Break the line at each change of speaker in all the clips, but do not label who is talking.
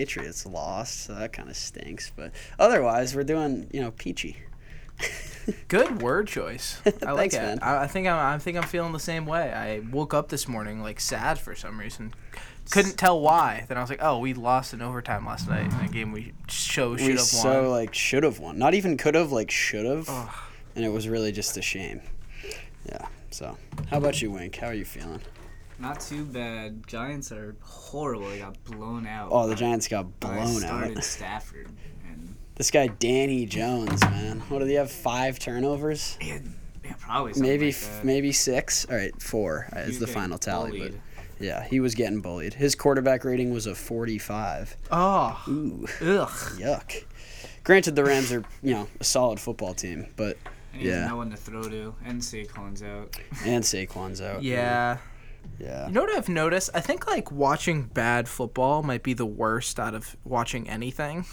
Patriots lost, so that kind of stinks. But otherwise, we're doing you know peachy.
Good word choice. I like
Thanks,
it.
man.
I, I think I'm, I think I'm feeling the same way. I woke up this morning like sad for some reason. Couldn't tell why. Then I was like, oh, we lost in overtime last night in a game we so
we
should have
so
won.
like should have won. Not even could have, like should have.
Ugh.
And it was really just a shame. Yeah. So, how about you, Wink? How are you feeling?
Not too bad. Giants are horrible. They got blown out.
Oh, the Giants got
by
blown
started
out.
Stafford, and
This guy Danny Jones, man. What did he have? Five turnovers?
yeah, yeah, probably something
Maybe,
like
f
that.
maybe six. All right, four
He
is
was
the
getting
final tally.
bullied.
But yeah, he was getting bullied. His quarterback rating was a 45.
Oh,
Ooh,
ugh.
yuck. Granted, the Rams are you know a solid football team, but
And he has
yeah.
no one to throw to, and Saquon's out.
and Saquon's out.
Yeah.
Yeah.
You know what I've noticed? I think like watching bad football might be the worst out of watching anything.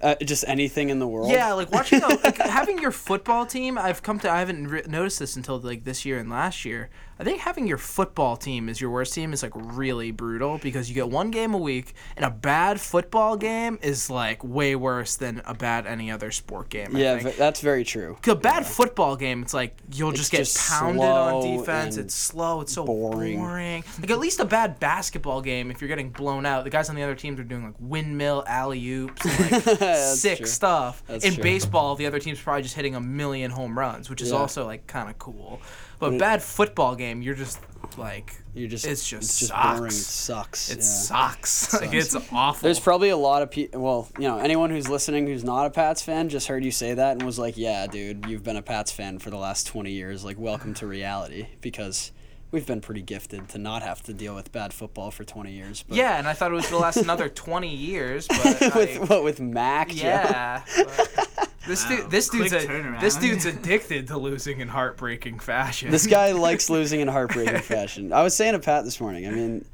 Uh, just anything in the world.
Yeah, like watching a, like having your football team. I've come to I haven't re- noticed this until like this year and last year. I think having your football team as your worst team is like really brutal because you get one game a week, and a bad football game is like way worse than a bad any other sport game. I
Yeah,
think.
v- that's very true.
A bad football game, it's like you'll just get
just
pounded
slow
on defense.
and
It's slow. It's so
boring.
boring. Like at least a bad basketball game, if you're getting blown out, the guys on the other teams are doing like windmill alley oops, like
That's
sick
true.
stuff.
That's
In
true.
baseball, the other team's probably just hitting a million home runs, which is
Yeah.
also like kind of cool. But bad football game, you're just like
You're just
It's just
it's just
sucks.
boring. It sucks.
it
yeah.
sucks. like it's awful.
There's probably a lot of people. Well, you know, anyone who's listening who's not a Pats fan just heard you say that and was like, "Yeah, dude, you've been a Pats fan for the last 20 years. Like, welcome to reality." Because we've been pretty gifted to not have to deal with bad football for 20 years. But
yeah, and I thought it was gonna last another 20 years, but I-
with what with Mac?
Yeah. but- This
Wow.
dude, this dude's
Quick
a,
turnaround.
this dude's addicted to losing in heartbreaking fashion.
This guy likes losing in heartbreaking fashion. I was saying to Pat this morning, I mean,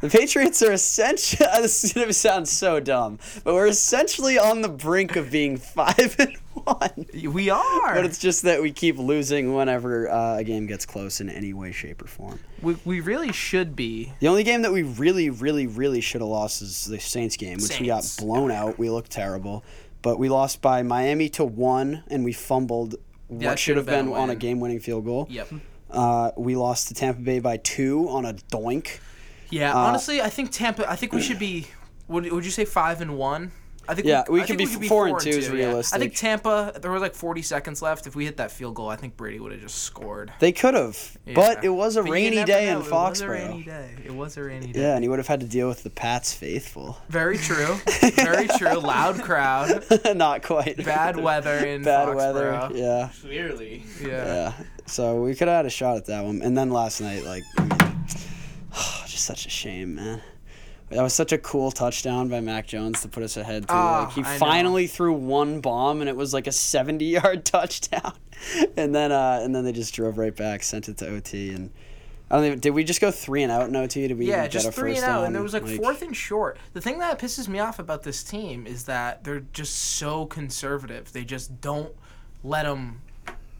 the Patriots are essentially, this is going to sound so dumb, but we're essentially on the brink of being 5 and 1.
we are.
But it's just that we keep losing whenever uh, a game gets close in any way, shape, or form.
we, we really should be.
The only game that we really, really, really should have lost is the Saints game, which we got
Saints.
blown out. We looked terrible. But we lost by Miami to one, and we fumbled
Yeah,
what
it
should have
should've been
been
a
on a
win.
game winning field goal.
Yep.
Uh, we lost to Tampa Bay by two on a doink.
Yeah.
Uh,
honestly, I think Tampa. I think we should be. Would, would you say five and one? I think
Yeah, we
I
could
think
be four and two is
yeah. I
realistic.
think Tampa. There was like 40 seconds left. If we hit that field goal, I think Brady would have just scored.
They could have,
Yeah.
but it was a
But you
rainy
never
day
know,
in
It was a rainy
Foxborough.
day. It was a rainy day.
Yeah, and he would have had to deal with the Pats faithful.
Very true. Very true. Loud crowd.
Not quite.
Bad weather in
Bad
Foxborough.
weather. Yeah,
Clearly.
yeah.
yeah. So we could have had a shot at that one. And then last night, like, I mean, oh, just such a shame, man. That was such a cool touchdown by Mac Jones to put us ahead. Too.
Ah,
like he
I know.
finally threw one bomb and it was like a seventy-yard touchdown, and then uh, and then they just drove right back, sent it to OT, and I don't even. Did we just go three and out in OT? Did we?
Yeah,
even
just
get a
three
first
and out,
down?
and there was like, fourth and short. The thing that pisses me off about this team is that they're just so conservative. They just don't let them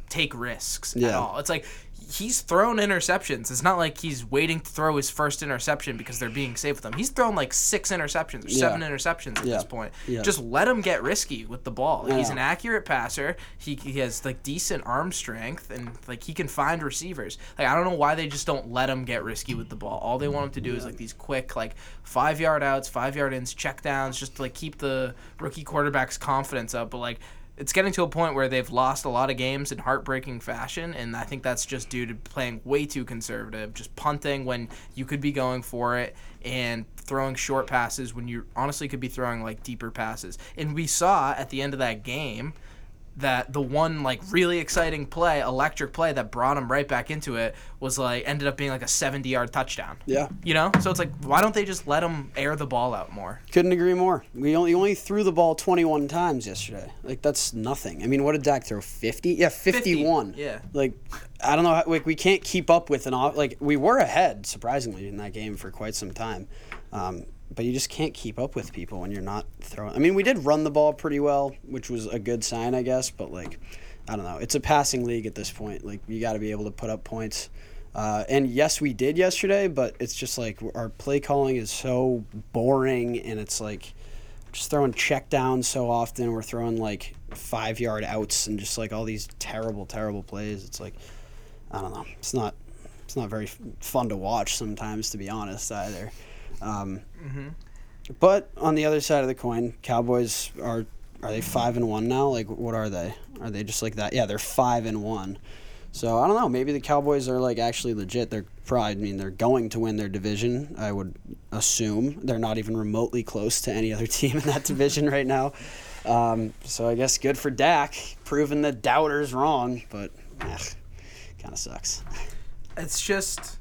take risks at
Yeah.
all. It's like he's thrown interceptions. It's not like he's waiting to throw his first interception because they're being safe with him. He's thrown like six interceptions or
Yeah.
seven interceptions at
Yeah.
this point.
Yeah.
Just let him get risky with the ball. Like, He's
Yeah.
an accurate passer. He, he has like decent arm strength and like he can find receivers. Like I don't know why they just don't let him get risky with the ball. All they want him to do is like these quick like five yard outs, five yard ins, check downs, just to, like keep the rookie quarterback's confidence up. But like it's getting to a point where they've lost a lot of games in heartbreaking fashion, and I think that's just due to playing way too conservative, just punting when you could be going for it, and throwing short passes when you honestly could be throwing like deeper passes. And we saw at the end of that game that the one like really exciting play, electric play that brought him right back into it was like ended up being like a 70 yard touchdown.
Yeah.
You know? So it's like, why don't they just let him air the ball out more?
Couldn't agree more. We only, he only threw the ball 21 times yesterday. Like that's nothing. I mean, what did Dak throw? 50? Yeah, 51.
yeah.
Like I don't know. how- Like we can't keep up with an off. Like we were ahead surprisingly in that game for quite some time, um, but you just can't keep up with people when you're not throwing. I mean, we did run the ball pretty well, which was a good sign, I guess. But like, I don't know. It's a passing league at this point. Like you got to be able to put up points. Uh, and yes, we did yesterday, but it's just like our play calling is so boring, and it's like just throwing check downs so often. We're throwing like five yard outs and just like all these terrible, terrible plays. It's like, I don't know. It's not, it's not very f- fun to watch sometimes, to be honest, either. Um, But on the other side of the coin, Cowboys are are they five and one now? Like, what are they? Are they just like that? Yeah, they're five and one. So I don't know. Maybe the Cowboys are like actually legit. They're probably. I mean, they're going to win their division. I would assume they're not even remotely close to any other team in that division right now. Um, so I guess good for Dak, proving the doubters wrong. But kind of sucks.
it's just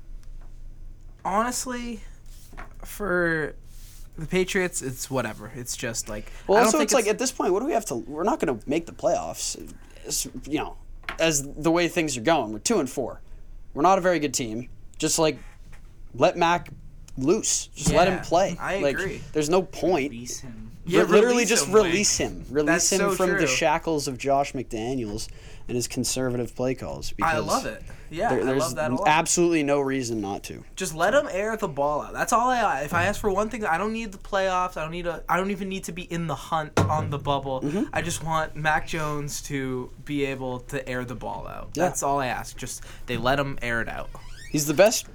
honestly for the Patriots, it's whatever. It's just like
Well,
I don't
also,
think
it's like at this point, what do we have to? We're not going to make the playoffs. It's, you know, as the way things are going, we're two and four. We're not a very good team. Just like let Mac loose. Just let him
Yeah,
play.
I
like,
agree.
There's no point.
Release him.
Yeah,
Re- literally
release
just
him, like-
release him. Release
That's
him
so
from the
true.
shackles of Josh McDaniels and his conservative play calls. Because
I love it. Yeah,
there-
I
there's
love that a lot.
absolutely no reason not to.
just let them air the ball out. That's all I. If I ask for one thing, I don't need the playoffs. I don't need a. I don't even need to be in the hunt on the bubble.
Mm-hmm.
I just want Mac Jones to be able to air the ball out.
Yeah.
That's all I ask. Just they let him air it out.
He's the best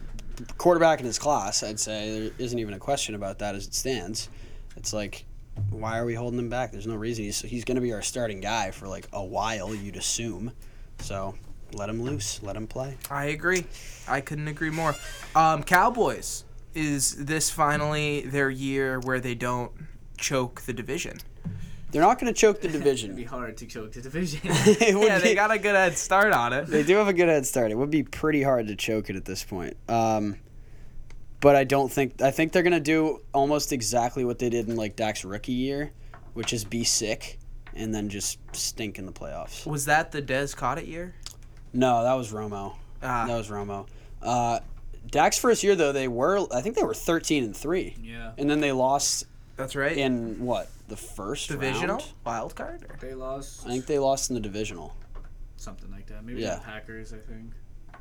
quarterback in his class, I'd say. There isn't even a question about that as it stands. It's like, why are we holding him back? There's no reason. He's, he's going to be our starting guy for like a while, you'd assume. So let him loose, let him play.
I agree. I couldn't agree more. Um, Cowboys is this finally their year where they don't choke the division.
They're not going to choke the
It'd be
division.
hard to choke the division.
It would
Yeah,
be-
they got a good head start on it.
Oh, they do have a good head start. It would be pretty hard to choke it at this point. Um, but I don't think I think they're gonna do almost exactly what they did in like Dak's rookie year, which is be sick and then just stink in the playoffs.
Was that the Des caught it year?
No, that was Romo.
Ah.
That was Romo. Uh, Dak's first year though, they were I think they were thirteen and three,
yeah.
and then they lost
That's right.
in what the first
Divisional
round?
wild card. Or?
They lost
I think they lost in the divisional.
something like that. Maybe
Yeah.
the Packers, I think.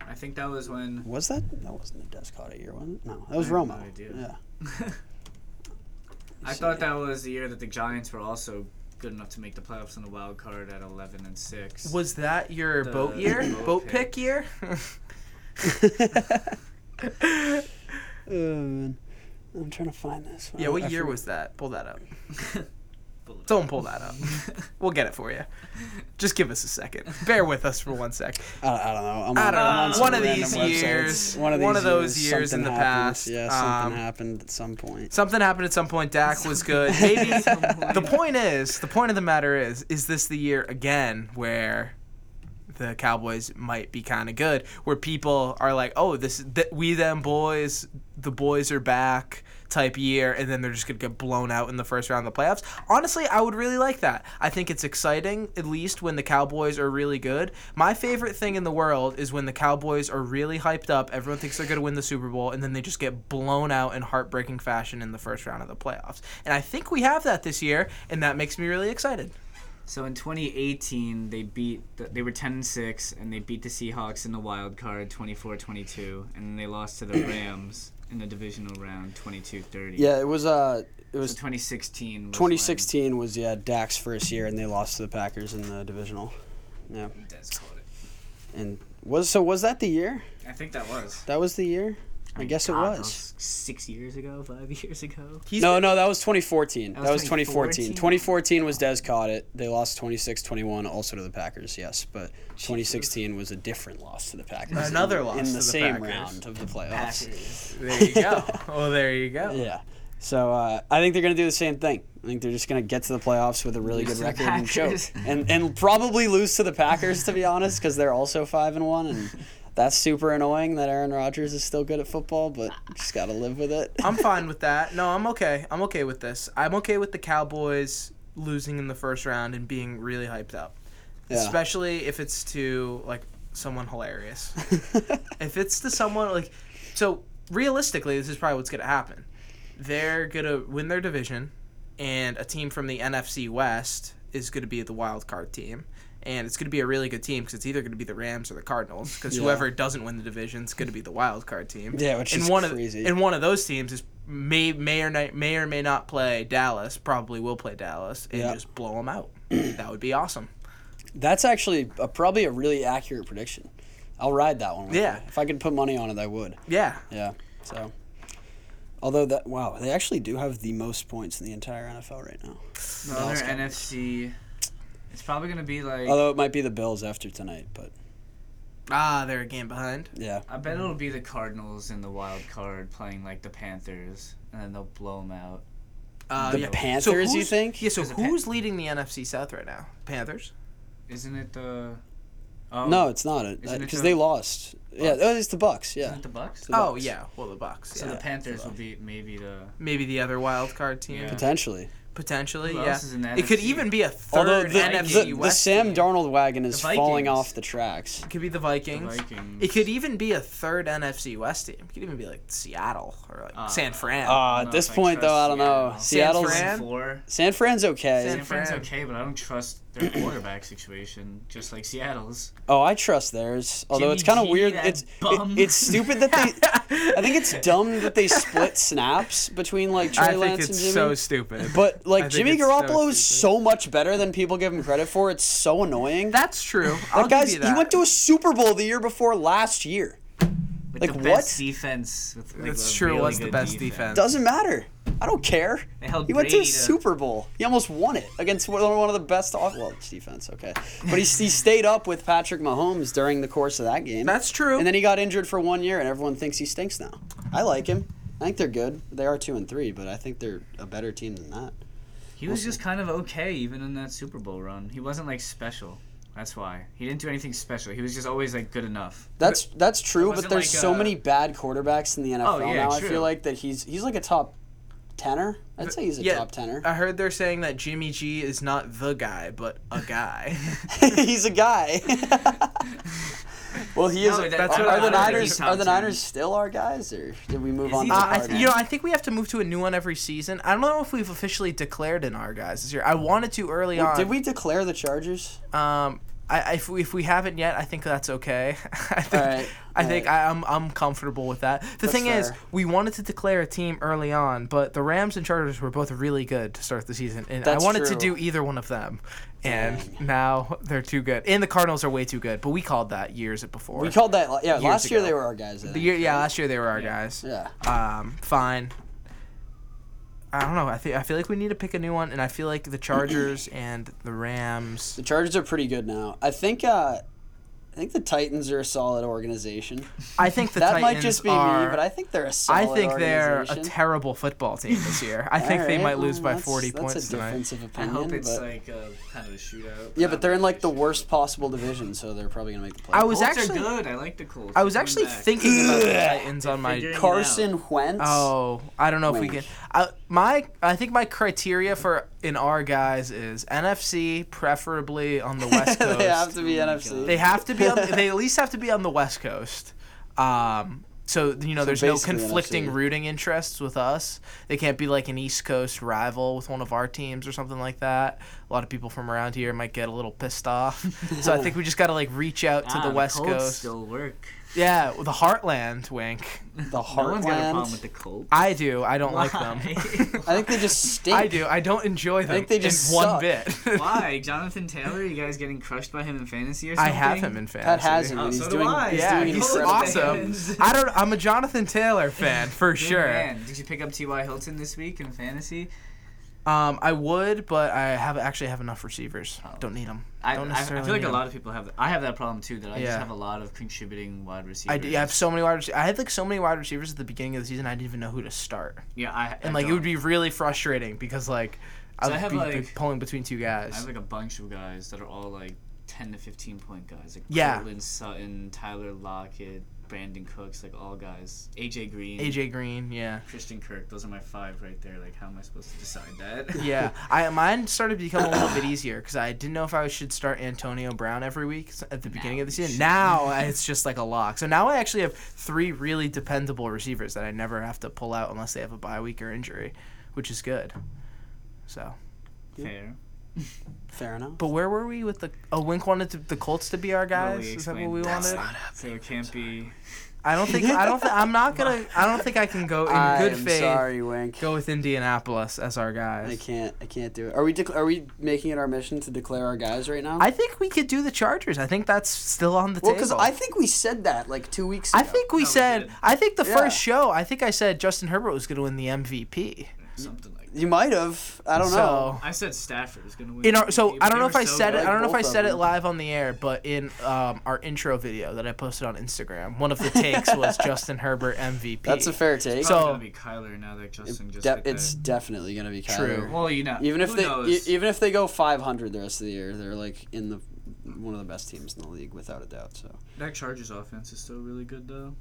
I think that was when
Was that that wasn't the Descott year, was it? No, that was
I have
Romo.
no idea.
Yeah.
I
see,
thought that was the year that the Giants were also good enough to make the playoffs in the wild card at 11 and 6.
Was that your
The
boat year?
boat
boat
pick.
pick year?
Oh, man. I'm trying to find this.
yeah, what
I
year
forget-
was that? Pull that up.
Pull it
Don't pull that up. We'll get it for you. Just give us a second. Bear with us for one sec.
I, I don't know. I'm
I
on, I'm
don't know.
on some
One of
random
these
websites.
years-
One of,
one
these
of those years
something
in the
happened.
past,
Yeah, something
um,
happened at some point.
Something happened at some point. Dak was good. Maybe
Some point.
the point is the point of the matter is is this the year again where the Cowboys might be kind of good, where people are like, oh, this th- we them boys, the boys are back type year, and then they're just gonna get blown out in the first round of the playoffs. Honestly, I would really like that. I think it's exciting, at least when the Cowboys are really good. My favorite thing in the world is when the Cowboys are really hyped up, everyone thinks they're gonna win the Super Bowl, and then they just get blown out in heartbreaking fashion in the first round of the playoffs. And I think we have that this year, and that makes me really excited.
So in 2018, they beat the, they were 10 and 6 and they beat the Seahawks in the wild card 24-22 and then they lost to the Rams in the divisional round 22-30.
Yeah, it was. Uh, it
So
was
2016 was
2016 was yeah Dak's first year, and they lost to the Packers in the divisional. Yeah,
when Des called it.
and was so was that the year?
I think that was.
That was the year. I guess it
Oh, God, that
was.
6 years ago, 5 years ago.
He's
No, no, that was 2014. That
That
was,
was
2014.
2014?
2014 was Des caught it. They lost 26-21 also to the Packers, yes, but 2016 was a different loss to the Packers.
Another
in,
loss
in
to
the
the
same
Packers.
round of the playoffs.
Packers.
There you go. well, there you go.
Yeah. So uh, I think they're going to do the same thing. I think they're just going to get to the playoffs with a really
Lose
good
to the
record and choke,
Packers.
and and probably lose to the Packers to be honest, because they're also five and one, and that's super annoying that Aaron Rodgers is still good at football, but just got to live with it.
I'm fine with that. No, I'm okay. I'm okay with this. I'm okay with the Cowboys losing in the first round and being really hyped up.
Yeah.
Especially if it's to like someone hilarious. if it's to someone like so realistically, this is probably what's gonna happen. They're gonna win their division and a team from the NFC West is gonna be the wild card team. And it's going to be a really good team because it's either going to be the Rams or the Cardinals. Because
Yeah.
whoever doesn't win the division is going to be the wild card team.
Yeah, which
and
is
one
crazy.
Of, and one of those teams is may may or not, may or may not play Dallas, probably will play Dallas, and
Yeah.
just blow them out. that would be awesome.
That's actually a, probably a really accurate prediction. I'll ride that one. with
Yeah.
you. If I could put money on it, I would.
Yeah,
Yeah. So, although that wow, they actually do have the most points in the entire NFL right now.
No,
Dallas
their
Cowboys.
NFC. It's probably gonna be like.
Although it might be the Bills after tonight, but
ah, they're a game behind.
yeah,
I bet it'll be the Cardinals in the wild card playing like the Panthers, and then they'll blow them out.
Uh,
The
yeah. so
Panthers, you
who's-
think?
Yeah. So
There's a Pan-
who's leading the NFC South right now? Panthers.
Isn't it the? Oh,
no, it's not
Isn't it
because
the
they lost. Yeah,
Bucks?
oh, it's the Bucks. Yeah,
Isn't it the Bucks?
The
oh
Bucks.
yeah. Well, the Bucks.
So
yeah.
the Panthers will be maybe the.
Maybe the other wild card team
Yeah.
potentially.
potentially.
Who
yeah.
else is in the
it could
NFC?
even be a
Although
third
the,
NFC
the, the
West.
Sam
team.
Darnold wagon is
The Vikings.
falling off the tracks.
It could be the
The
Vikings.
Vikings.
It could
e-
even be a third NFC West team. It could even be like Seattle or like
Uh,
San
Uh,
Fran.
No,
at this
if I
point, though,
trust
I don't know.
Seattle.
Seattle's
San Fran?
Four.
San Fran's okay.
San
San Fran's
Fran.
okay, but I don't trust their quarterback situation, just like Seattle's.
Oh, I trust theirs. Although
Jimmy
it's kind of
G,
weird.
that
It's
bum.
it, it's stupid that they. I think it's dumb that they split snaps between like Trey
I think
Lance and
it's
Jimmy.
so stupid.
but
I
like
think
Jimmy
it's so
Garoppolo is
stupid.
so much better than people give him credit for. It's so annoying.
that's true. I'll
That guy's
give you that.
he went to a Super Bowl the year before last year.
With
Like,
the
what?
best defense. With, like,
That's
a
true.
really
was the
good
best defense.
Doesn't matter. I don't care.
They held
He went to a
Brady to-
Super Bowl. He almost won it against one one of the best off well it's defense. Okay, but he he stayed up with Patrick Mahomes during the course of that game.
That's true.
And then he got injured for one year, and everyone thinks he stinks now. I like him. I think they're good. They are two and three, but I think they're a better team than that.
He was just kind of okay even in that Super Bowl run. He wasn't like special. That's why. He didn't do anything special. He was just always like good enough.
That's that's true, but
wasn't
there's
like
so
a-
many bad quarterbacks in the NFL
yeah,
now. I
true.
feel like that he's he's like a top tenner. I'd say he's a
yeah.
top tenner.
I heard they're saying that Jimmy G is not the guy, but a guy.
he's a guy. well, he is.
No, that-
that's
that's
are,
what I
the
don't think
Niners
he's top
are the
10.
Niners still our guys, or did we move
Is
on?
he
To
Uh,
the
top
I,
Cardinals?
you know, I think we have to move to a new one every season. I don't know if we've officially declared in our guys this year. I wanted to early on.
Did we declare the Chargers?
Um, I, I- if we, if we haven't yet, I think that's okay. I think,
All right,
I
all
think
right.
I, I'm I'm comfortable with that. The thing is,
fair.
we wanted to declare a team early on, but the Rams and Chargers were both really good to start the season, and
That's
I wanted to
true.
do either one of them, and now they're too good, and the Cardinals are way too good. But we called that years before.
We called that. Yeah, last year
ago.
they were our guys. I
the
think.
year, yeah, last year they were our guys.
Yeah.
Um, fine. I don't know. I think I feel like we need to pick a new one, and I feel like the Chargers and the Rams.
The Chargers are pretty good now. I think. Uh, I think the Titans are a solid organization.
I think the
that
Titans
might just be
are,
me, but I think they're a solid
I
organization.
think they're a terrible football team this year. I think they
Alright,
might lose
well,
by
that's-
40
that's
points
a
tonight.
difference of
I
opinion.
hope it's
but-
like a kind of a shootout.
yeah, but they're in like the worst possible division, so they're probably gonna make the playoffs.
I was
Colts
actually
are good. I like the Colts.
I was
They're coming
actually
back.
thinking about the
Ugh.
Titans on my
Figuring- it
Carson Wentz.
Oh, I don't know if we
Wink.
can. I, my I think my criteria for in our guys is NFC preferably on the West Coast.
they have to be
Oh my
NFC.
God.
They have to be on. they at least have to be on the West Coast. Um, so you know, there's no
basically NFC.
conflicting rooting interests with us. They can't be like an East Coast rival with one of our teams or something like that. A lot of people from around here might get a little pissed off. so I think we just got to like reach out to
Ah,
the West
Colts
Coast.
still work.
Yeah, the Heartland. Wink.
the
No one's got a
heartland.
problem with the Colts.
I do. I don't like them.
Why?
I think they just stink.
I do. I don't enjoy them.
think they just
in one
suck.
bit.
Why? Jonathan Taylor? You guys getting crushed by him in fantasy or
I
something?
have him in fantasy.
Pat has him,
Oh,
and he's
so do
doing.
I.
He's
Yeah,
doing
he's
incredible.
awesome. I don't. I'm a Jonathan Taylor fan for
Good
sure.
Man. Did you pick up T.Y. Hilton this week in fantasy?
Um, I would, but I have actually have enough receivers.
Oh,
Don't need them.
I,
don't
I, I feel like
need
a
'em.
lot of people have. I have that problem too. That I
Yeah.
just have a lot of contributing wide receivers.
I, do, I have so many wide. Rec- I had like so many wide receivers at the beginning of the season. I didn't even know who to start,
Yeah, I
and
I
like it would
don't.
be really frustrating because like I
So I
would
have,
be, be
like-
pulling between two
I
guys.
have like a bunch of guys that are all like ten to fifteen point guys. Like
Yeah.
Cortland Sutton, Tyler Lockett, Brandon Cooks, like all guys. AJ Green,
AJ Green, yeah,
Christian Kirk. Those are my five right there. Like, how am I supposed to decide that?
yeah. I mine started to become a little bit easier because I didn't know if I should start Antonio Brown every week s- at the beginning
Now
of the
you
season.
should.
Now I- it's just like a lock. So now I actually have three really dependable receivers that I never have to pull out unless they have a bye week or injury, which is good. So.
Fair.
Fair enough.
But where were we with the? Oh, Wink wanted to, the Colts to be our guys.
Really
Is that what
explained
we
that.
wanted?
So it can't be.
I don't think I don't. Th- I'm not gonna. I don't think I can go in good
I'm
faith.
Sorry, Wink.
Go with Indianapolis as our
I
guys.
can't. I can't do it. Are we? Dec- are we making it our mission to declare our guys right now?
I think we could do the Chargers. I think that's still on the
well, because
table.
I think we said that like two weeks ago.
I think we
No, we
said.
did.
I think the
Yeah.
first show. I think I said Justin Herbert was gonna win the MVP.
Something like that.
you might have. I don't
so,
know.
I said Stafford is gonna win.
In our,
the
so
MVP,
I
but
don't
they
know
were
if I
so
said
good.
it. I don't know if
both
I
of
said it
them.
live on the air, but in um, our intro video that I posted on Instagram, one of the takes was Justin Herbert MVP.
That's a fair take.
Probably
So-
gonna be Kyler now that Justin just
De-
hit
it's
that.
definitely gonna be Kyler.
True.
Well, you know,
Even if
who
they e-
knows?
even if they go 500 the rest of the year, they're like in the one of the best teams in the league without a doubt. So,
that Chargers offense is still really good though.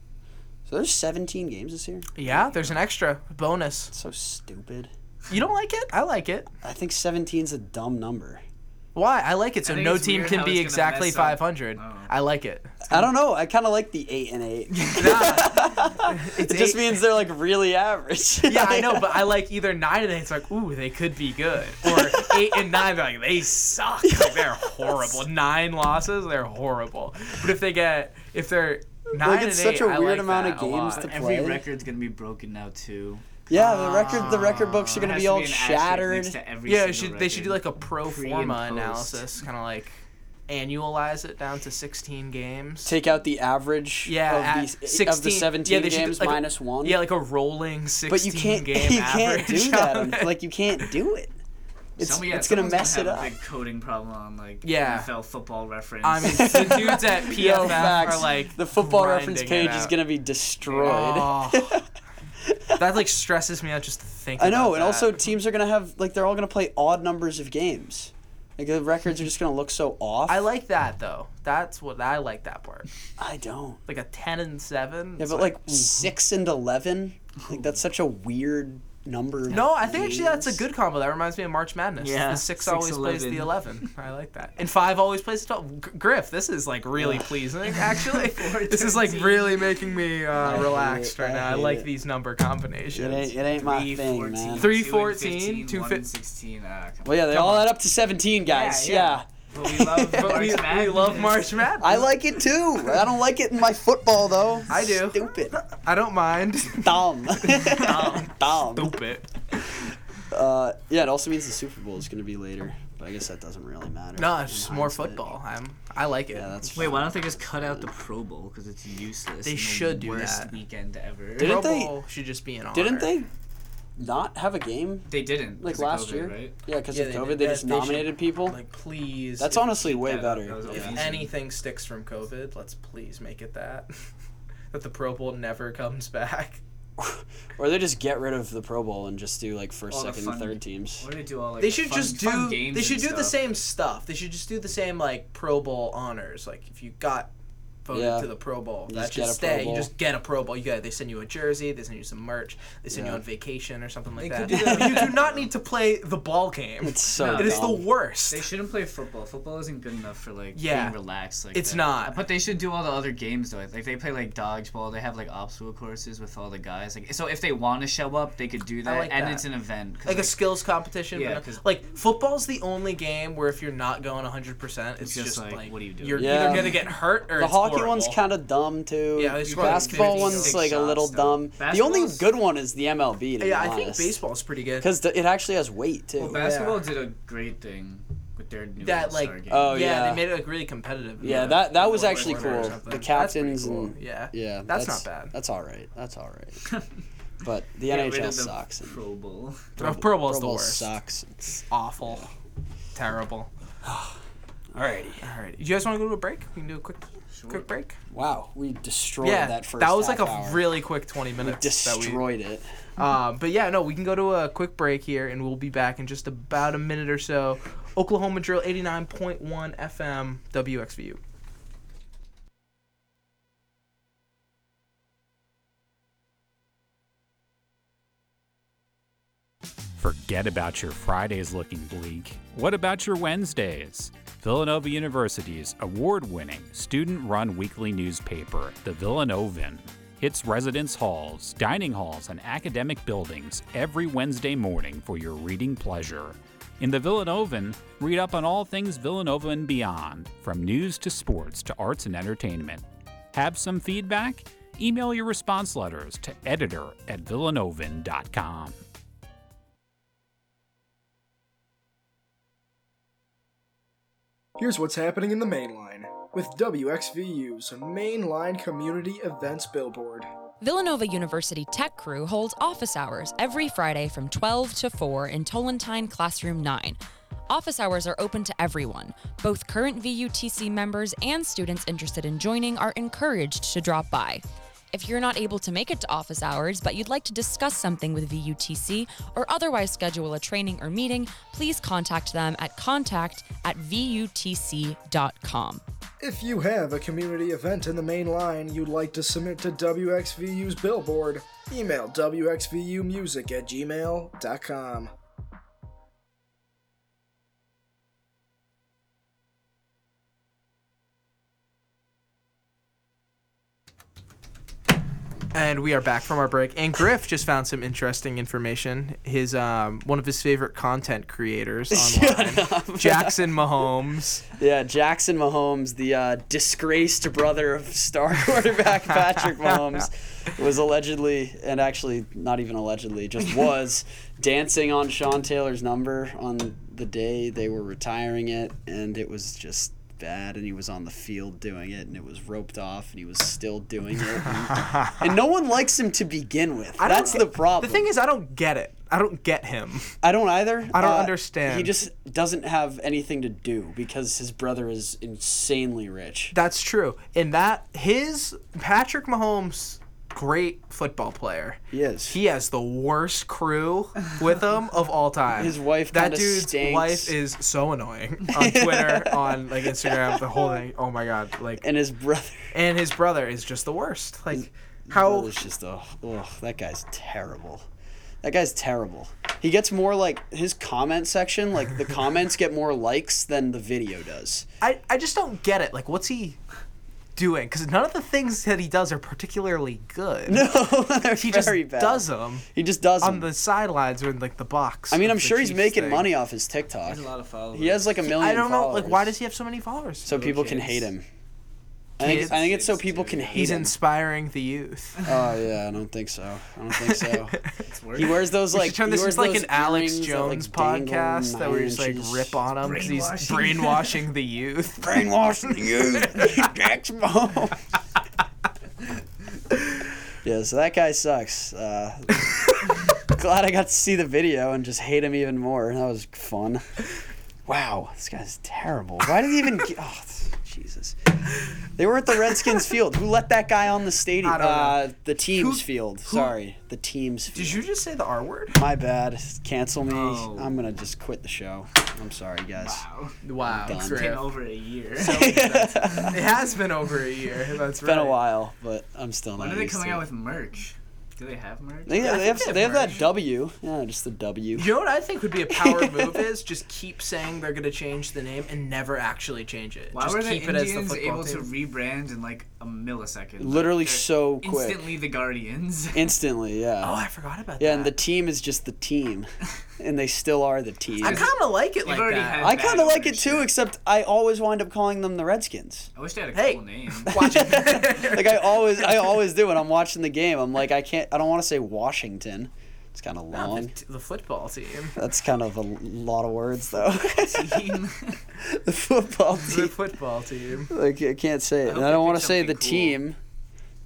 so there's 17 games this year.
yeah. There's an extra bonus.
It's so stupid.
You don't like it? I like it.
I think 17's a dumb number.
Why? I like it. So
think
no
it's
team
weird
can
how
be
it's gonna
exactly
mess up.
500.
Oh.
I like it.
I don't know. I kind of like the eight and eight. it
It's
just
eight-
means they're like really average.
Yeah, I know, but I like either nine and eight. It's like, ooh, they could be good. Or eight and nine, they're like, they suck. Like, they're horrible. Nine losses, they're horrible. But if they get, if they're nine
Like,
and
it's
eight,
such a
I
weird
like
amount
that
of
a lot.
games to-
Every
play.
record's gonna be broken now too.
yeah, the record the record books are
There
gonna
has
be
to
all
an asterisk
shattered.
next to every
yeah,
single
it should, they should do
record.
like a pro
Pre and
forma
post.
analysis, kind of like annualize it down to 16 games.
Take out the average
Yeah,
of,
at
the,
16
of the 17
yeah, they should do,
games
like, a-
minus one.
Yeah, like a rolling 16
but you can't
game
you can't
average
do that. on-
on it.
Like you can't do it. It's,
Somebody- yeah,
it's gonna
someone's
mess it up.
have A big coding problem on like
Yeah.
NFL football reference.
I mean, the dudes at PFF
Yo,
are like
the football reference
grinding it
page is
out.
gonna be destroyed.
Oh. that like stresses me out just to think.
I know,
about
and also
that.
teams are gonna have like they're all gonna play odd numbers of games. Like the records are just gonna look so off.
I like that though. That's what I like that part.
I don't.
Like a ten and seven.
Yeah,
it's
but like six and eleven, like that's such a weird number. of
no, I think actually that's a
games.
good combo. That reminds me of March Madness.
Yeah,
the six,
six
always plays the
11.
eleven. I like that. And five always plays the twelve. G- Griff, this is like really pleasing. Actually, this is like really making me uh,
hate
relaxed
it,
right
I
now. I
hate
like
it.
these
It
number
ain't,
combinations.
it ain't my
Three,
thing,
14,
man.
Three,
two,
14, two,
one,
fif-
16. Ah, come on.
Well, yeah, they
Come
all
on.
add up to seventeen, guys. Yeah.
But we
But
love
But
March
we, we
Madness.
love March Madness.
I like it too. I don't like it in my football though.
I do.
Stupid.
I don't mind.
Dumb.
Dumb.
Dumb.
Stupid.
Uh, yeah, it also means the Super Bowl is going to be later, but I guess that doesn't really matter.
No, it's just
in
more
hindsight.
football. I'm I like it.
Yeah, that's
Wait, why don't they just cut out the Pro Bowl because it's useless?
They
and the
should do
worst
that.
weekend ever.
Did- Didn't
Pro
they-
Bowl should just be an honor.
Didn't they not have a game
they didn't
like
'cause of
last
COVID,
year?
right?
Yeah, because
Yeah,
of
they
COVID, they,
did. That-
just
they should-
nominated people.
Like please.
That's
if-
honestly way
that up. That was
better.
all-
If
amazing.
anything sticks from COVID, let's please make it that. that the Pro Bowl never comes back.
Or they just get rid of the Pro Bowl and just do like first,
All the
second,
fun-
and third teams.
Or they do all like
they
the
should
fun-
just
fun
do.
games
They should
and
do the
stuff.
same stuff. They should just do the same like Pro Bowl honors. Like if you got voted
Yeah.
to the Pro Bowl,
You
that
just
should
get a Pro
stay. You
Bowl.
just get a Pro Bowl. You got. They send you a jersey. They send you some merch. They send
Yeah.
you on vacation or something like
They
that.
could do that with
you do
that.
not need to play the ball game.
It's so.
No.
It is the
dumb.
worst.
They shouldn't play football. Football isn't good enough for like
Yeah.
being relaxed like
It's
that.
not.
But they should do all the other games though. Like they play like dodgeball. They have like obstacle courses with all the guys. Like so, if they want to show up, they could do that.
like
and
that.
it's an event. 'cause,
like a skills competition.
Yeah,
Yeah,
'cause-
like football's the only game where if you're not going 100, percent it's
It's just
just
like,
like,
what are you doing?
You're
Yeah.
either gonna get hurt or
The
it's
hockey
horrible.
one's kind of dumb too.
Yeah, they
the
score like
basketball
50
one's
six
like a
shots,
little
though.
dumb. The only
Basketball's-
good one is the MLB. To
Yeah,
be
I think
honest.
baseball's pretty good.
because it actually has weight too.
Well, basketball did a great thing with their new
That,
All-Star
like-
game.
Oh,
yeah,
yeah.
they made it like really competitive. in
Yeah,
the
that that was
fourth
actually
quarter or
cool.
something.
The
That's pretty
captains
cool.
and
yeah,
yeah,
That's not bad.
That's all right. That's all right. but the
Get rid
NHL
of the
sucks. and
Pro Bowl.
Pro, Pro Bowl's
Pro
the
Bowl
worst.
sucks. and-
Awful, terrible.
Alrighty.
All right, you guys want to go to a break? We can do a quick,
Sure.
quick break.
Wow, we destroyed
yeah,
that first.
was like
half
a
hour.
really quick 20
we
minutes. that we-
destroyed it.
Um, but yeah, no, we can go to a quick break here, and we'll be back in just about a minute or so. Oklahoma Drill 89.1 FM WXVU.
Forget about your Fridays looking bleak. What about your Wednesdays? Villanova University's award winning student run weekly newspaper, The Villanovan. Its residence halls, dining halls, and academic buildings every Wednesday morning for your reading pleasure. In The Villanovan, read up on all things Villanova and beyond, from news to sports to arts and entertainment. Have some feedback? Email your response letters to editor at villanovan.com.
Here's what's happening in the mainline with WXVU's Mainline Community Events Billboard.
Villanova University Tech Crew holds office hours every Friday from 12 to 4 in Tolentine Classroom 9. Office hours are open to everyone. Both current VUTC members and students interested in joining are encouraged to drop by. If you're not able to make it to office hours, but you'd like to discuss something with VUTC or otherwise schedule a training or meeting, please contact them at contact at VUTC.com.
If you have a community event in the main line you'd like to submit to WXVU's billboard, email WXVUmusic at gmail.com.
And we are back from our break. And Griff just found some interesting information. His um, one of his favorite content creators online, Jackson Mahomes.
Yeah, Jackson Mahomes, the uh, disgraced brother of star quarterback Patrick Mahomes, was allegedly, and actually not even allegedly, just was dancing on Sean Taylor's number on the day they were retiring it, and it was just bad. And he was on the field doing it, and it was roped off, and he was still doing it. And, and no one likes him to begin with.
I don't
That's
get-
the problem.
The thing is, I don't get it. I don't get him.
I don't either. Uh,
I don't understand.
He just doesn't have anything to do because his brother is insanely rich.
That's true. And that his Patrick Mahomes, great football player.
Yes.
He has the worst crew with him of all time.
His wife
That
kinda
dude's
stinks.
wife is so annoying on Twitter, on like Instagram, the whole thing. Oh my god! Like,
and his brother
and his brother is just the worst. Like, how
was just oh, oh, that guy's terrible. That guy's terrible. He gets more like his comment section, like the comments get more likes than the video does.
I, I just don't get it. Like, what's he doing? Because none of the things that he does are particularly good. No, he just
very bad.
does them
He just does
on
not
the sidelines or in like the box.
I mean,
of
I'm
the
sure he's
Chiefs
making
thing.
money off his TikTok.
There's a lot of followers.
He has like a million.
I don't know. Like, why
followers.
does he have so many followers?
So people can hate him. I think,
Kids.
I think it's so
Kids,
people
too.
can hate
he's
him.
inspiring the youth.
Oh yeah, I don't think so. I don't think so.
worse.
he wears those
We
like
should turn
he
this
wears
into like
those
an Alex
earrings that, like,
Jones
dangle
podcast that we
nine
just like
inches.
rip on him because he's
Brainwashing.
brainwashing the youth.
brainwashing you, Jackson Mahomes. yeah, so that guy sucks. Uh, glad I got to see the video and just hate him even more. That was fun. Wow, this guy's terrible. Why did he even? Get, oh, Jesus. They were at the Redskins field. Who let that guy on the stadium?
I don't know.
Uh, the team's
Who-
field. Sorry, the team's field.
Did you just say the R word?
My bad. Cancel me.
No.
I'm gonna just quit the show. I'm sorry, guys.
Oh. Wow.
Wow,
Done.
It's been
Griff.
over a year.
it has been over a year. That's
Been
right.
a while, but I'm still not.
when are they
used
coming
to
out
it.
with merch? Do they have merch?
They,
I
they
think
have,
they have
they have that
merch.
W. Yeah, just the W.
You know what I think would be a power move is just keep saying they're gonna change the name and never actually change it.
Why
just
were the
keep
Indians
it as the football
able
team.
to rebrand in like a millisecond?
Literally
They're
so quick.
Instantly, the Guardians.
Instantly, yeah.
oh, I forgot about
yeah,
that.
and the team is just the team, and they still are the team.
I kind of like it like
already
that.
had-
I kind of like
Bad
it too,
ownership.
except I always wind up calling them the Redskins.
I wish they had a
Hey.
cool name.
Watch it.
Like I always, I always do when I'm watching the game. I'm like, I can't, I don't want to say Washington. It's kind of
the,
long.
t- the football team.
That's kind of a lot of words, though.
Team.
the football
The
team.
football team.
Like I can't say it.
hope
and I
they
don't want
pick
to say the
something cool.
team.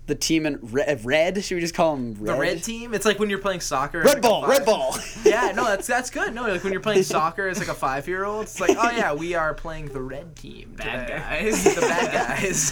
The team in red. red. Should we just call them red?
The red team. It's like when you're playing soccer. as
Red
like a
ball. Red
five-
ball.
Yeah, no, that's that's good. No, like when you're playing soccer as like a five year old, it's like, oh yeah, we are playing the red team.
Bad
today.
guys.
The bad guys.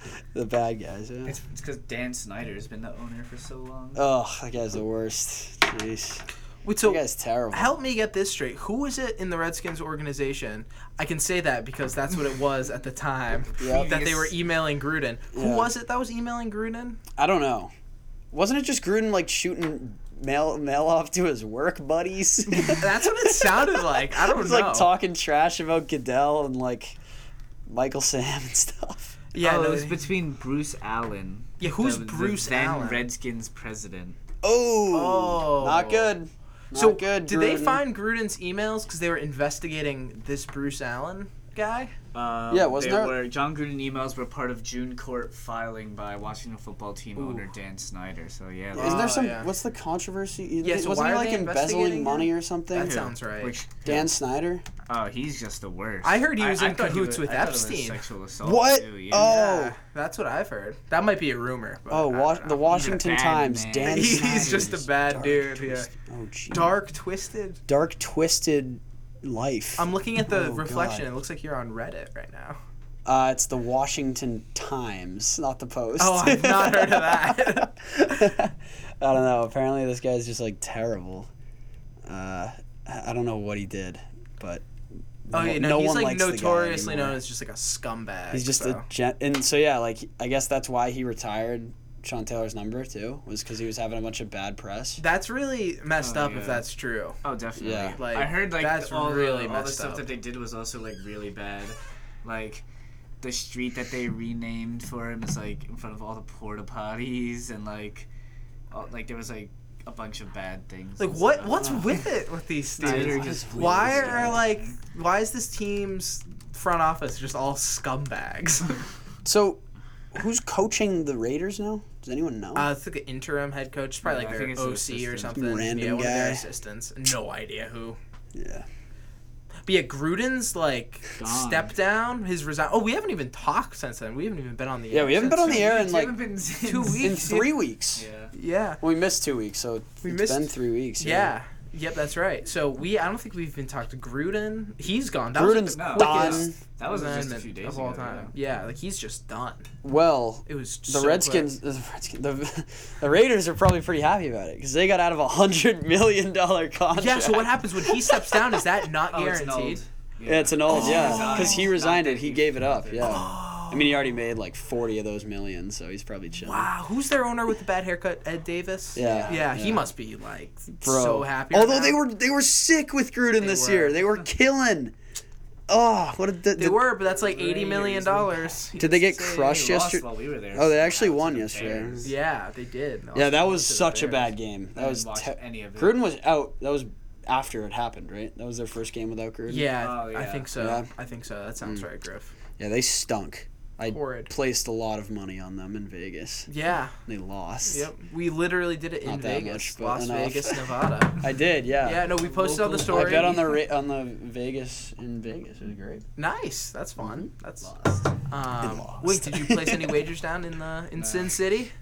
the bad guys. Yeah.
It's because Dan Snyder has been the owner for so long.
Oh, that guy's the worst. Jeez.
Wait,
That
so
guy's terrible.
help me get this straight. Who is it in the Redskins organization? I can say that because that's what it was at the time
Yep.
that they were emailing Gruden. Who
Yeah.
was it that was emailing Gruden?
I don't know. Wasn't it just Gruden like shooting mail mail off to his work buddies? He's
That's what it sounded like. I don't know.
like talking trash about Goodell and like Michael Sam and stuff.
yeah,
oh,
no,
it was
they-
between Bruce Allen.
Yeah, who's
the- the
Bruce
then
Allen?
Redskins president.
Oh,
Oh.
not good. Not
so
good.
did they
Gruden.
find Gruden's emails because they were investigating this Bruce Allen? guy?
Um,
Yeah, wasn't
they
there-
Were, John Gruden emails were part of June court filing by Washington football team owner Dan Snyder. So yeah,
Isn't
Oh,
there some?
yeah.
What's the controversy?
Yeah, so
wasn't
why
he
are
like
they investigating
embezzling
him?
money or something?
That sounds right.
Which
Dan Snyder.
oh, he's just the worst.
I heard he was in
thought he
cahoots with
I thought it was
Epstein.
Sexual assault.
What?
too, yeah.
Oh,
That's what I've heard. That might be a rumor. But
oh,
I
wa-
don't
the
know.
Washington
bad
Times.
man.
Dan.
He's just a
Snyder's
bad
dark
dude. Yeah.
twist- Oh, gee.
Dark twisted.
dark twisted life.
I'm looking at the
Oh,
reflection.
God.
It looks like you're on Reddit right now.
Uh, it's the Washington Times, not the Post.
Oh, I've not heard of that.
I don't know. Apparently, this guy's just like terrible. Uh, I I don't know what he did, but
oh, yeah, no, he's like
likes the guy
notoriously
anymore.
known as just like a scumbag.
He's just
so.
a gen- and so yeah, like I guess that's why he retired Sean Taylor's number too, was because he was having a bunch of bad press.
That's really messed
Oh,
up
yeah.
if that's true.
Oh, definitely.
Yeah.
Like,
I heard like
that's
all
really
the, all the
messed
stuff
up.
that they did was also like really bad. Like the street that they renamed for him is like in front of all the porta potties and like all, like there was like a bunch of bad things.
Like
and
what?
stuff.
What's with it with these
Snyder
dudes?
just
why
weird,
are
yeah.
like? Why is this team's front office just all scumbags?
So, who's coaching the Raiders now? Does anyone know?
Uh, it's like an interim head coach, probably
Yeah, I
like
think
their
it's an
OC or
assistant.
something.
Random
yeah, one of their
guy.
assistants. No idea who.
yeah.
But yeah, Gruden's like
Gone.
step down. His resign. Oh, we haven't even talked since then. We haven't even been on the air.
Yeah, we haven't been
since
on the air in
It's
like
haven't been since-
two weeks.
in three weeks.
Yeah.
then. Yeah.
Well, we missed two weeks, so
We
it's
missed-
been three weeks.
Yeah. Yep, that's right. So we, I don't think we've even talked to Gruden. He's gone. That
Gruden's
was like
No,
the
done.
quickest
That was just a
amendment
few days
of all
ago,
time. Yeah. like he's just done.
Well,
It was
the
so quick.
Redskins, the, Redskins the, the Raiders are probably pretty happy about it because they got out of a hundred million dollar contract.
Yeah. So what happens when he steps down? Is that not
Oh, it's an
guaranteed?
old-
Yeah, it's an old, yeah,
Oh,
resigned.
because he
Not
resigned
that
it. He
he
gave it up.
wanted.
Yeah. I mean, he already made like forty of those millions, so he's probably chilling.
Wow, Ah, who's their owner with the bad haircut? Ed Davis.
Yeah,
yeah, he
yeah.
must be like
Bro.
so happy.
Although
right
they
now.
were they were sick with Gruden this
were.
year. They were killing. Oh, what did the,
they
the-
were, but that's like eighty million dollars.
Did they get crushed
They lost
yesterday?
while we were there.
Oh, they actually
That was
won
the
yesterday.
Bears.
Yeah, they did.
Yeah, that
Lost
was
to the
such a
Bears.
bad game. That
didn't
was
watch
te-
any of it.
Gruden was out. That was after it happened, right? That was their first game without Gruden.
Yeah,
Oh,
I
yeah.
think so.
Yeah. Mm.
I think so. That sounds right, Griff.
Yeah, they stunk. I
Horrid.
placed a lot of money on them in Vegas.
Yeah.
They lost.
Yep. We literally did it in
Not that
Vegas,
much, but
Las
enough.
Vegas, Nevada.
I did. Yeah.
Yeah, no, we posted on the
Local-
story.
I bet on the ra- on the Vegas in Vegas. It was great.
Nice. That's fun. That's
Lost.
um
lost.
Wait, did you place any wagers down in the in Sin City?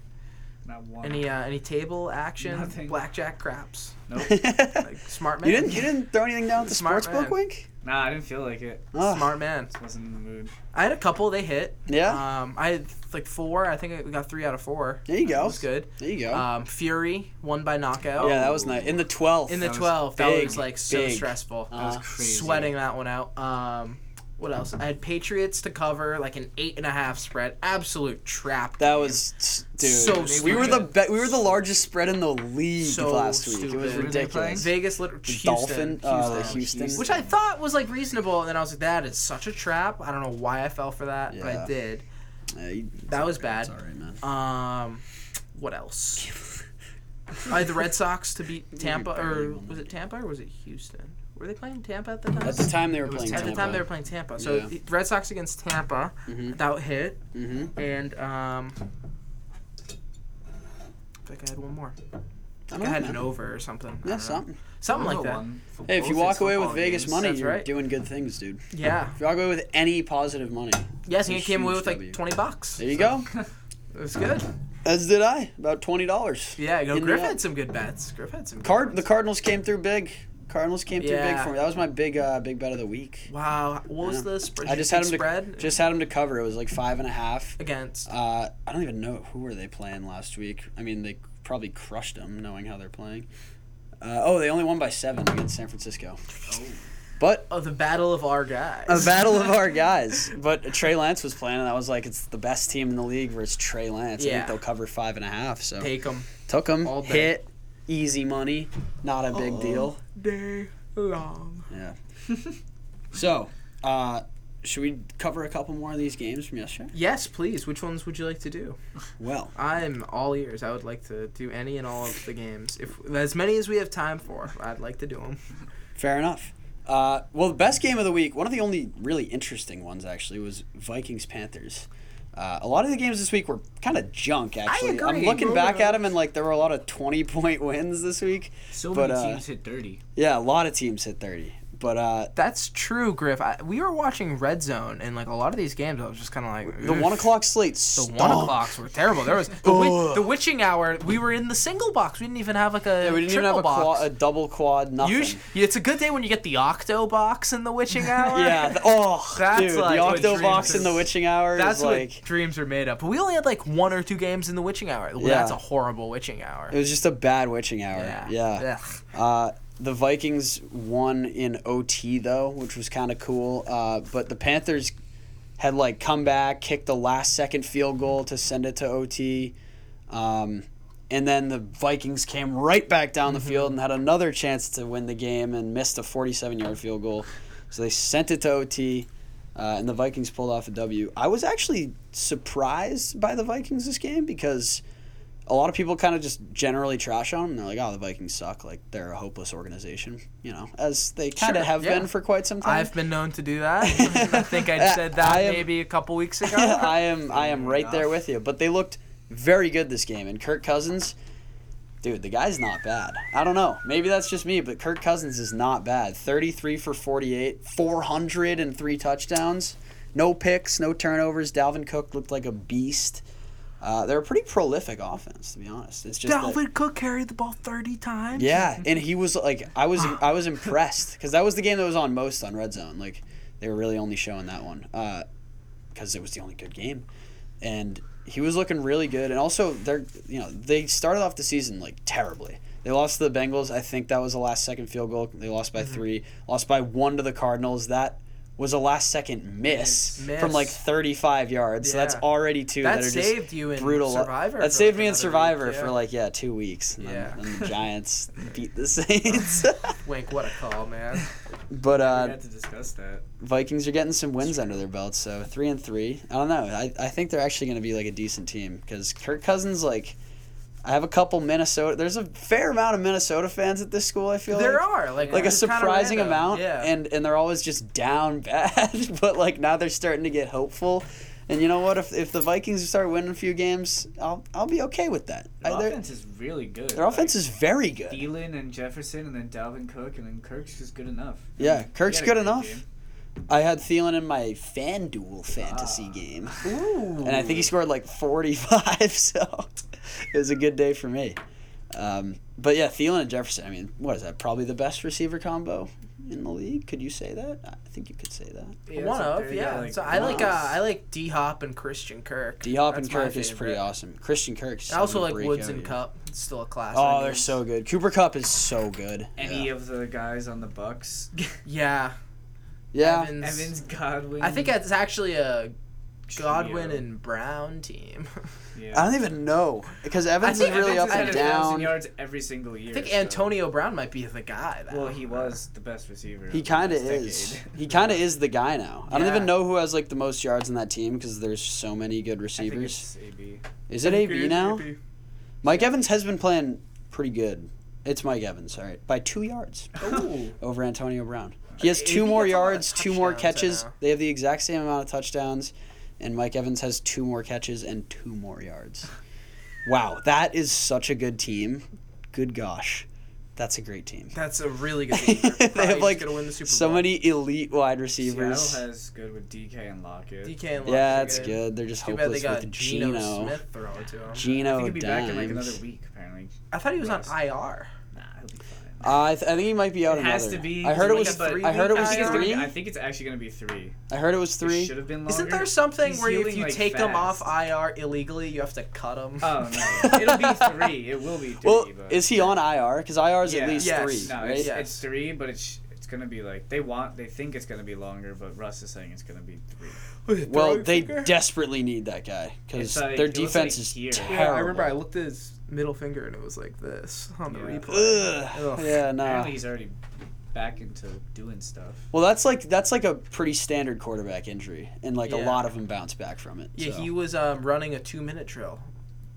Not one.
Any uh, any table action,
Nothing.
blackjack craps?
Nope.
Like smart man.
you didn't you didn't throw anything down at the
Smart
sports
man.
book wink? Ah,
Nah, I didn't feel like it.
Ugh.
Smart man.
Wasn't in the mood.
I had a couple. They hit.
Yeah?
Um, I had like four. I think I got three out of four.
There you go.
That was good.
There you go.
Um, Fury won by knockout.
yeah, that was nice. In the twelfth.
in the
was
twelve. That
big,
was like so
big.
stressful.
Uh,
That was crazy.
Sweating that one out. Um, what else? I had Patriots to cover, like an eight and a half spread. Absolute trap.
That
game.
was dude.
So
we were the
stupid.
be- we were the largest spread in the league
So
last week. It was
stupid. Who
were they playing?
ridiculous.
Vegas. Lit-
The
Houston.
Dolphin, uh, the
Houston.
Houston.
Houston.
which I thought was like reasonable, and then I was like, "That is such a trap." I don't know why I fell for that, but I
Yeah.
did.
Yeah, you-
That was bad.
It's all right, man.
Um, what else? I had the Red Sox to beat Tampa, or was it Tampa or was it Houston? Were they playing Tampa at the time?
At the time they were
was
playing.
At the
Tampa.
time they were playing Tampa. So
Yeah. Mm-hmm.
the Red Sox against Tampa, that hit,
Mhm.
and um, I think I had one more.
I
I,
don't
had
know.
an over or something. I
Oh, Yeah,
don't know.
something.
Something like that.
Hey, if you walk away with Vegas money,
That's
you're
right.
doing good things, dude.
Yeah.
If you walk away with any positive money,
Yes, and you
Huge
came away with
W.
like twenty bucks.
there you go.
It was good.
As did I. About twenty dollars.
Yeah, no,
In the
Griff
up.
had some good bets. Griff had some. Good
Card.
ones.
The Cardinals came through big. Cardinals came through big
Yeah.
for me. That was my big uh, big bet of the week.
Wow, what was the spread?
I just had him to
spread
just had him to cover. It was like five and a half.
against.
Uh, I don't even know who were they playing last week. I mean, they probably crushed them, knowing how they're playing. Uh, oh, they only won by seven against San Francisco. But
Oh, the battle of our guys.
a battle of our guys. But Trey Lance was playing, and I was like, it's the best team in the league versus Trey Lance. I
Yeah.
think they'll cover five and a half. So
Take them.
took them,
all day.
hit, easy money, not a big deal.
Day long.
Yeah. so, uh, should we cover a couple more of these games from yesterday?
Yes, please. Which ones would you like to do?
Well,
I'm all ears. I would like to do any and all of the games, if as many as we have time for. I'd like to do them.
Fair enough. Uh, Uh, well, the best game of the week, one of the only really interesting ones actually, was Vikings Panthers. Uh, a lot of the games this week were kind of junk. Actually, I'm
agree.
looking back at them and like there were a lot of 20 point wins this week.
So
but,
many
uh,
teams hit 30.
yeah, a lot of teams hit 30. But uh,
That's true, Griff. I, we were watching Red Zone, and like a lot of these games, I was just kind of like
the
"Ugh."
one o'clock slate
The
stunk.
one o'clocks were terrible. There was the, wi- the witching hour. We were in the single box. We didn't even have like a
Yeah, we didn't even
triple
have a,
box.
quad, a double quad. Nothing.
Usu- it's a good day when you get the octo box in the witching hour.
yeah. The, oh,
That's
dude,
like what
the Octobox
dreams
and the
is-
Witching Hour
That's
is like
what dreams are made of. But we only had like one or two games in the witching hour. Well,
Yeah.
That's a horrible witching hour.
It was just a bad witching hour.
Yeah.
Yeah.
Ugh.
Uh, the Vikings won in OT though, which was kind of cool. Uh, but the Panthers had like come back, kicked the last second field goal to send it to OT, um, and then the Vikings came right back down
Mm-hmm.
the field and had another chance to win the game and missed a 47-yard field goal. So they sent it to OT. Uh, and the Vikings pulled off a W. I was actually surprised by the Vikings this game because a lot of people kind of just generally trash on them. They're like, "Oh, the Vikings suck. Like they're a hopeless organization," you know, as they kind of
Sure,
have
yeah.
been for quite some time.
I've been known to do that. I think I said that
I am-
maybe a couple weeks ago.
I am, I am right there with you. But they looked very good this game, and Kirk Cousins, dude, the guy's not bad. I don't know. Maybe that's just me, but Kirk Cousins is not bad. Thirty-three for forty-eight, four hundred and three touchdowns, no picks, no turnovers. Dalvin Cook looked like a beast. Uh, they're a pretty prolific offense, to be honest. It's just that-
Dalvin Cook carried the ball 30 times.
Yeah, and he was like, I was, I was impressed because that was the game that was on most on Red Zone. Like, they were really only showing that one because it was the only good game, and he was looking really good. And also, they're, you know, they started off the season like terribly. They lost to the Bengals. I think that was the last second field goal. They lost
Mm-hmm.
by three. Lost by one to the Cardinals. That was a last second miss,
Miss.
from like 35 yards. So that's
Yeah.
already two
That
that, are
saved
just
you in
brutal.
Survivor
That
for,
saved
like,
me in
another week,
Survivor
yeah.
for like yeah two weeks. And
Yeah.
then, then the Giants beat the Saints.
Wink, what a call, man.
but
I
uh,
had to discuss that.
Vikings are getting some wins under their belts, so three and three. I don't know. I, I think they're actually going to be like a decent team because Kirk Cousins like. I have a couple Minnesota. There's a fair amount of Minnesota fans at this school. I feel
There
like.
are like
like a
it's kinda
surprising
random.
amount
Yeah.
and and they're always just down bad but like now they're starting to get hopeful and you know what if, if the vikings start winning a few games i'll i'll be okay with that
Their
I- their,
offense is really good.
their offense is very good
Thielen and Jefferson, and then Dalvin Cook, and then Kirk's just good enough.
yeah kirk's
He had a
good
great
enough
game.
i had Thielen in my fanduel fantasy game
Ah. Ooh.
and i think he scored like 45 so it was a good day for me um, but yeah, Thielen and Jefferson. I mean, what is that? Probably the best receiver combo in the league. Could you say that? I think you could say that.
Yeah,
one
it's up
of
there,
yeah. so I
one
like uh,
of.
I like D Hop and Christian Kirk.
D Hop
That's
and
my
Kirk is pretty
favorite.
awesome. Christian Kirk's
I also
gonna
like
break
Woods
out
and
here.
Cup. It's still a classic.
Oh, they're so good. Cooper Cup is so good.
uh,
Any
yeah.
of the guys on the Bucks,
yeah.
yeah.
Evans.
Evans, Godwin.
I think it's actually a Godwin
Mm. Trio.
and Brown team.
Yeah.
I don't even know because Evans is
think
really
Evans
up
has
and
had a
down.
yards every single year.
I think
so-
Antonio Brown might be the guy. That
Well, he was the best
He
receiver. of the
kind of
last
is.
decade.
He kind of is the guy now. I don't
Yeah.
even know who has like the most yards in that team because there's so many good
I think
receivers.
it's AB.
Is it AB now? Mike Evans has been playing pretty good. It's Mike Evans, all right, by two yards
Ooh.
over Antonio Brown. He has
AB
two more
gets a lot of
yards, two more
touchdowns, I
catches.
know.
They have the exact same amount of touchdowns, and Mike Evans has two more catches and two more yards. Wow, that is such a good team. Good gosh, that's a great team.
That's a really good team. They're
they
probably
have
just
like
gonna win the Super
so
Bowl.
many elite wide
Seattle
receivers.
has good with DK and Lockett.
DK and Locke
yeah,
are
that's good. They're just
Too bad they
hopeless
got
with
Geno
Gino.
Smith throwing to him.
Gino
I think he'll be back in like
Dimes.
another week, apparently.
I thought he was on
Yes.
IR.
Nah, he'll be fine.
Uh, I, th- I think he might be out
It
another.
has to be.
I heard it
like
was.
a three
I heard it
week
was
hire.
three.
I think it's actually gonna be three.
I heard it was
It
three.
should have been longer.
Isn't there something
He's
where if
healing,
you
like,
take him off
fast.
IR illegally, you have to cut him?
Uh,
Oh no, it'll be three. It will be three.
Well,
but
is he on IR? Because IR is
Yeah.
at least
Yes.
three,
No,
right?
it's,
Yes.
it's three, but it's it's gonna be like they want, they think it's gonna be longer, but Russ is saying it's gonna be three.
Well, they desperately need that guy because
It's like-
their
it looks
defense
like
is
here. Yeah, I
terrible.
I remember I looked at his middle finger and it was like this on the
Yeah.
replay.
Ugh.
Ugh.
Yeah, no.
Apparently, he's already back into doing stuff.
Well, that's like that's like a pretty standard quarterback injury, and like a
Yeah.
lot of them bounce back from it.
Yeah,
so.
he was um, running a two-minute drill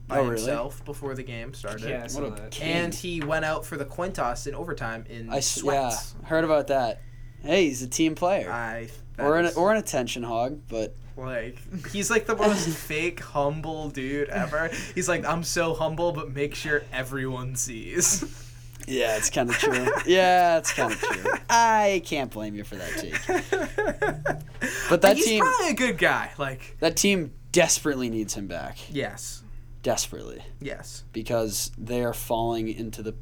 by
Oh, really?
himself before the game started.
Yeah, so
What a
that.
king.
And he went out for the Quintos in overtime in
I s-
sweats.
yeah heard about that. Hey, he's a team player.
I that
or an
is,
or an attention hog, but
like he's like the most fake humble dude ever. He's like I'm so humble, but make sure everyone sees.
yeah, it's kind of true. yeah, it's kind of true. I can't blame you for that take. But that
he's
team
probably a good guy. Like
that team desperately needs him back.
yes,
Desperately.
yes.
because they are falling into the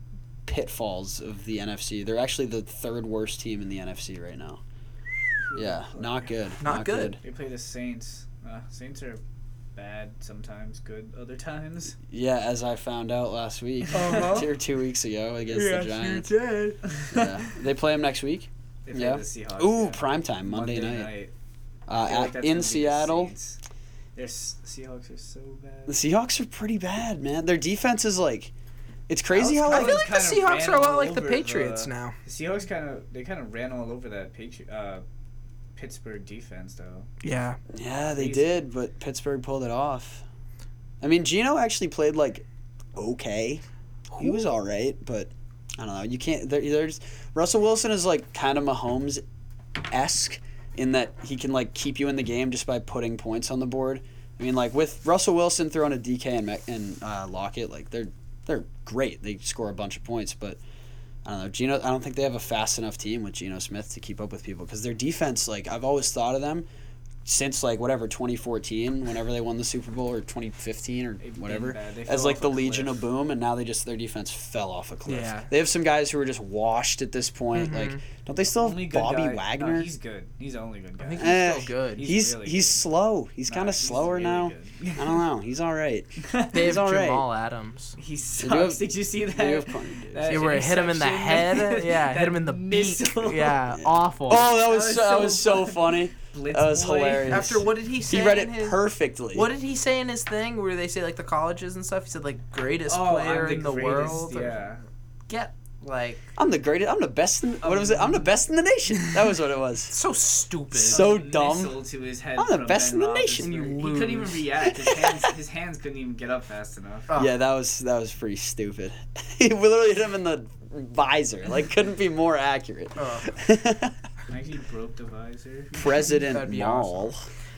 pitfalls of the NFC. They're actually the third worst team in the NFC right now. Yeah, not good.
Not good.
They play the Saints. Uh, Saints are bad sometimes, good other times.
Yeah, as I found out last week,
Uh-huh.
two or two weeks ago against the Giants.
did.
Yeah. They play them next week.
They play
Yeah.
the Seahawks.
Ooh,
yeah.
prime time Monday, night,
I
Uh,
feel like
at-
that's gonna be
in
the
Seattle.
Saints. Their s- Seahawks are so bad.
The Seahawks are pretty bad, man. Their defense is like, it's crazy how
kinda
I
like
feel like the
Kind of
Seahawks
ran
are a lot
all
like the
over
Patriots
the-
now.
The Seahawks kind of they kind of ran all over that Patri- uh, Pittsburgh defense though.
Yeah.
yeah they
Crazy.
did, but Pittsburgh pulled it off. I mean, Gino actually played like okay. He was all right, but I don't know. You can't. There, there's Russell Wilson is like kind of Mahomes esque in that he can like keep you in the game just by putting points on the board. I mean, like with Russell Wilson throwing a DK and Mac- and uh, Lockett, like they're they're great. They score a bunch of points, but I don't know. Geno, I don't think they have a fast enough team with Geno Smith to keep up with people because their defense, like I've always thought of them since like whatever 2014 whenever they won the super bowl or 2015 or
been
whatever
bad. They
as
fell
like
off
the
a
legion
cliff.
of boom and now they just their defense fell off a cliff
Yeah.
they have some guys who are just washed at this point
Mm-hmm.
like don't they still
Only
have
good
bobby
guy- no,
wagner
he's good. He's the only good guy.
I think he's
Eh,
still good.
he's
He's
he's,
really good.
slow he's
Nah,
kind of
he's
slower
really
now
good.
i don't know he's all right
They
he's
have
all right
Jamal Adams.
He
do
sucks.
have-
Did you see that?
they do have Connor Davis.
that
Yeah, where it hit him in the
interception?
head. Yeah, hit him in the
That
beak.
missile.
Yeah, awful.
oh that was,
was
so, that
so
was so funny
Blitz
that was
boy.
hilarious
After what did he say?
he read
in
it
his-
perfectly
What did he say in his thing where they say like the colleges and stuff? He said like greatest
Oh, I'm
player in the
greatest,
world. or-
Yeah.
Get like
i'm the greatest i'm the best in what was it i'm the best in the nation that was what it was
so stupid.
So
Fucking
dumb.
missile To his head
I'm the
from
best
Ben
in the nation,
you
Roethlisberger. He couldn't even
lose.
react. His hands, his hands couldn't even get up fast enough.
Oh.
yeah that was that was pretty stupid he literally hit him in the visor like couldn't be more accurate
Actually broke the visor.
president
That'd be
Maul.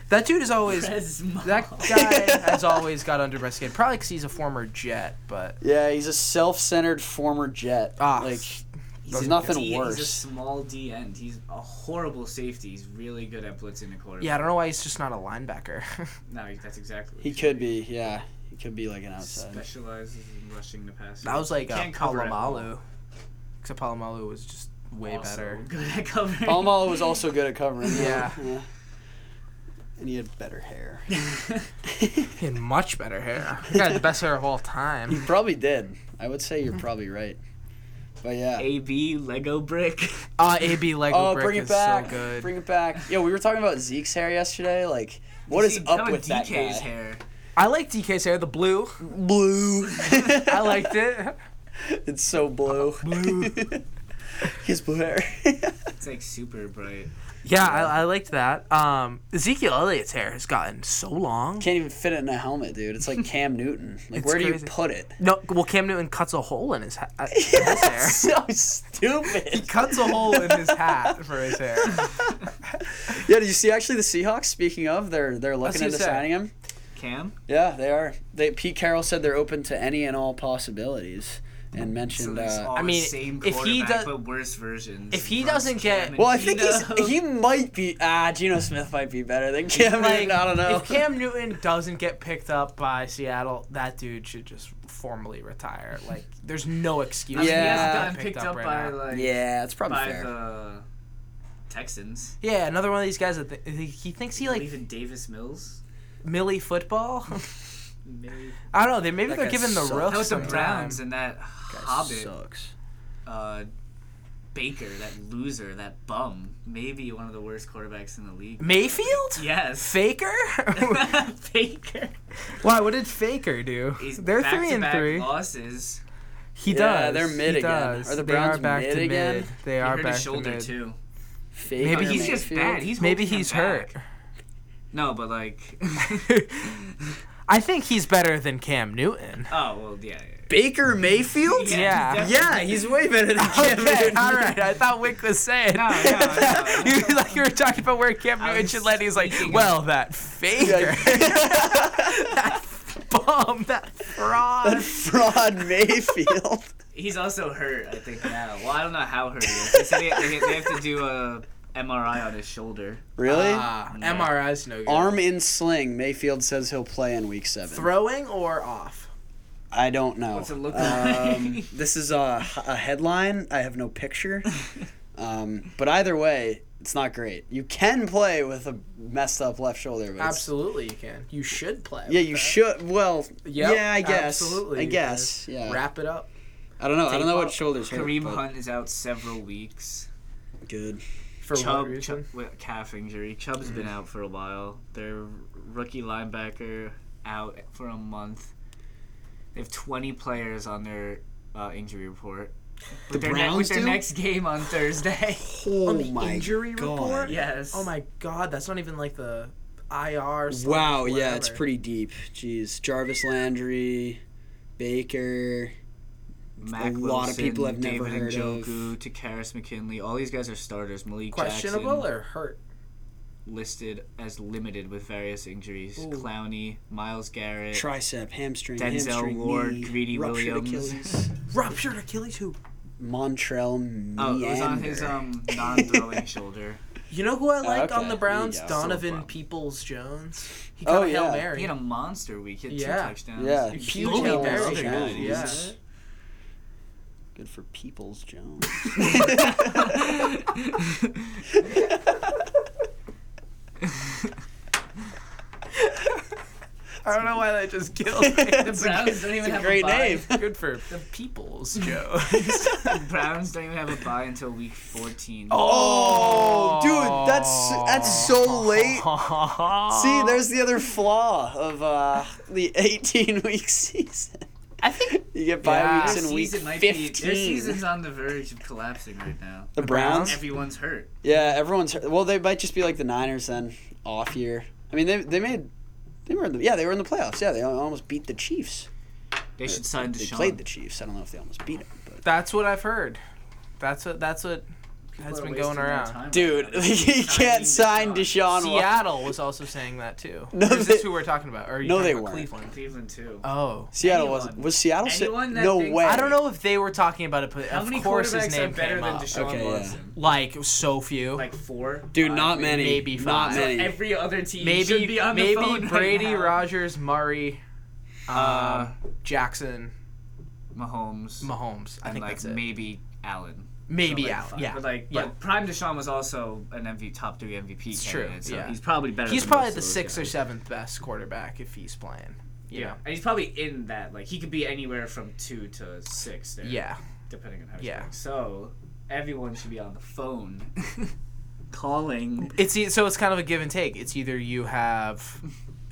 that dude is always
Prez
that
Maul.
guy has always got under my skin. Probably 'cause he's a former Jet, but
Yeah, he's a self-centered former jet.
ah,
like
a
there's nothing
D-
worse.
He's a small D end. He's a horrible safety. He's really good at blitzing the quarterback.
yeah, I don't know why he's just not a linebacker.
No, he- that's exactly. What
he
he's
could
doing.
be. Yeah, he could be like an outside.
Specializes in rushing the pass.
That was like uh,
Can't cover at all.
Palomalu, except Palomalu was just way
Also
better.
Good at covering.
Almalo was also good at covering.
Yeah.
And he had better hair.
He had much better hair. He had the best hair of all
He
time.
probably did. I would say you're probably right. But yeah.
AB Lego brick.
Uh, AB Lego
oh,
Brick
bring it
is
back.
so good.
Bring it back. Yo, we were talking about Zeke's hair yesterday. Like, what is
See,
up
now
with that guy?
DK's hair.
I like DK's hair, the blue.
Blue.
I liked it.
it's so blue.
Blue.
His blue hair.
It's like super bright.
Yeah, I, I liked that. Um, Ezekiel Elliott's hair has gotten so long.
Can't even fit it in a helmet, dude. It's like Cam Newton. Like,
It's
where do
crazy.
you put it?
No, well, Cam Newton cuts a hole in his, ha- uh, in his hair.
so stupid.
Cuts a hole in his hat for his hair.
Yeah, did you see actually the Seahawks? Speaking of, they're they're looking
gonna
into
say.
signing him.
Cam.
Yeah, they are. They Pete Carroll said they're open to any and all possibilities, and mentioned.
It's
uh,
all
I mean,
the same
if he
quarterback,
does-
but worse versions.
if he
Russ,
doesn't
Cam,
get-
and
well, I think
Gino.
he's he might be ah Geno Smith might be better than Cam Newton. I don't know.
If Cam Newton doesn't get picked up by Seattle, that dude should just formally retire. Like, there's no
Yeah.
excuse.
He hasn't
Yeah.
gotten picked, up,
right
by
now.
like
yeah, it's probably
by
fair.
the Texans.
Yeah, another one of these guys that th- he thinks he
Like
like
even Davis Mills.
Millie football.
Maybe.
I don't know. They maybe
That
they're
guy
giving the
sucks.
roof
That
That was the
some
Browns
time.
and that Hobbit
Sucks.
uh, Baker, that loser, that bum. Maybe one of the worst quarterbacks in the league.
Mayfield.
Yes.
Faker?
Baker.
Why? What did Faker do?
He's
they're
back
three
to
and
back
three.
Losses.
He
Yeah,
does.
they're mid
he
again.
Does.
Are the
They
Browns
are back
mid
to
again?
Mid. They
He
are
hurt
back
his shoulder
to mid.
too.
Fake
Maybe
or
He's just
Mayfield?
bad. He's
Maybe
holding him
he's
back.
hurt.
No, but like
I think he's better than Cam Newton.
Oh well, yeah.
Baker Mayfield?
Yeah.
Yeah, he's way better than Cam
Okay,
Newton.
all right. I thought Wick was saying.
No, no, no.
you, like you were talking about where Cam
I
Newton
was
should let. He's like,
speaking
well, that faker, that bum, that fraud.
Fraud Mayfield.
He's also hurt, I think now. Well, I don't know how hurt he is. They said he, they, they have to do a MRI on his shoulder.
Really?
Ah, MRI's no good.
Arm in sling. Mayfield says he'll play in week seven.
throwing or off.
I don't know.
What's it look
Um,
like?
this is a, a headline. I have no picture. Um, but either way, it's not great. You can play with a messed up left shoulder. But it's-
Absolutely, you can. You should play.
Yeah,
with
you
that.
should. Well,
Yep,
yeah, I guess.
Absolutely,
I
you
guess.
can.
Yeah.
Wrap it up.
I don't know. I don't know
Tape
what
up.
shoulders hurt.
Kareem
but
Hunt is out several weeks.
Good.
For what
Chubb,
reason?
Chubb with calf injury. Chubb's
Mm.
been out for a while. Their rookie linebacker out for a month. They have 20 players on their uh, injury report. With
The
their
Browns
with their
do?
next game on Thursday.
Oh
the injury report?
yes.
Oh my God, that's not even like the IR. slash
Wow. Yeah, it's
whatever.
pretty deep. Jeez. Jarvis Landry, Baker.
Mac
A lot of
Wilson,
people I've never
David
heard of.
Njoku, of. Takaris McKinley. All these guys are starters. Malik
questionable
Jackson
or hurt.
listed as limited with various injuries.
Ooh.
Clowney, Miles Garrett,
Tricep, hamstring,
Denzel
hamstring,
Ward,
knee,
Greedy
ruptured
Williams.
Achilles,
Ruptured Achilles who?
Montrell
Oh, it was on his
Meander.
um, non-throwing shoulder.
You know who I liked
Ah, okay.
on the Browns?
Yeah.
Donovan
Sofa.
Peoples Jones. He
Oh,
got a hail
yeah.
mary.
He had a monster week. He had
Yeah.
two touchdowns.
Yeah.
He
Huge
blew
Hail
up
Mary.
other
Yeah.
guys.
Yeah.
Good for Peoples Jones.
I don't know why that just killed me.
The Browns don't even have
great
a bye.
name.
Good for the peoples, Joe.
The Browns don't even have a bye until week 14.
Oh, dude, that's that's so late. See, there's the other flaw of uh, the 18 week season.
I think
You get bye
Yeah.
weeks
their
in week
season might be their
15.
season's on the verge of collapsing right now.
The Browns?
Everyone's hurt.
Yeah, everyone's well. They might just be like the Niners then, off year. I mean, they they made they were in the yeah they were in the playoffs. Yeah, they al- almost beat the Chiefs.
They should sign
They
Deshaun.
played the Chiefs. I don't know if they almost beat them, but
That's what I've heard. That's what that's what has been going around.
dude, you can't sign Deshaun. Watson.
Seattle was also saying that too.
No,
No, is this
they-
who we're talking about? Or are you
No,
talking
they
about
weren't.
Cleveland.
Cleveland too.
Oh.
Seattle
Anyone.
was was Seattle. Sa-
Anyone that
no
thinks-
way.
I don't know if they were talking about it, but
How
of
many
course his
quarterbacks
name
are better
came
than
up.
Deshaun
Okay, yeah.
Watson?
Like so few.
Like four.
Dude,
Five,
not
maybe?
many.
maybe
not
five.
many.
Every other team should
maybe
be on the
maybe
phone right
Brady,
now.
Rogers, Murray, um,
Uh,
Jackson,
Mahomes,
Mahomes. I
and
think
like
that's it.
maybe Allen.
maybe
Like,
out.
fi-
Yeah,
But like,
yeah.
but Prime Deshaun was also an MVP, top three MVP
It's true,
candidate. So
yeah.
he's probably better.
he's
than
probably
most
the
of those
sixth or
guys.
seventh best quarterback if he's playing. You
Yeah,
know?
and he's probably in that. Like, he could be anywhere from two to six. There,
Yeah.
depending on how. he's
Yeah.
playing. So everyone should be on the phone, calling.
It's e- so it's kind of a give and take. It's either you have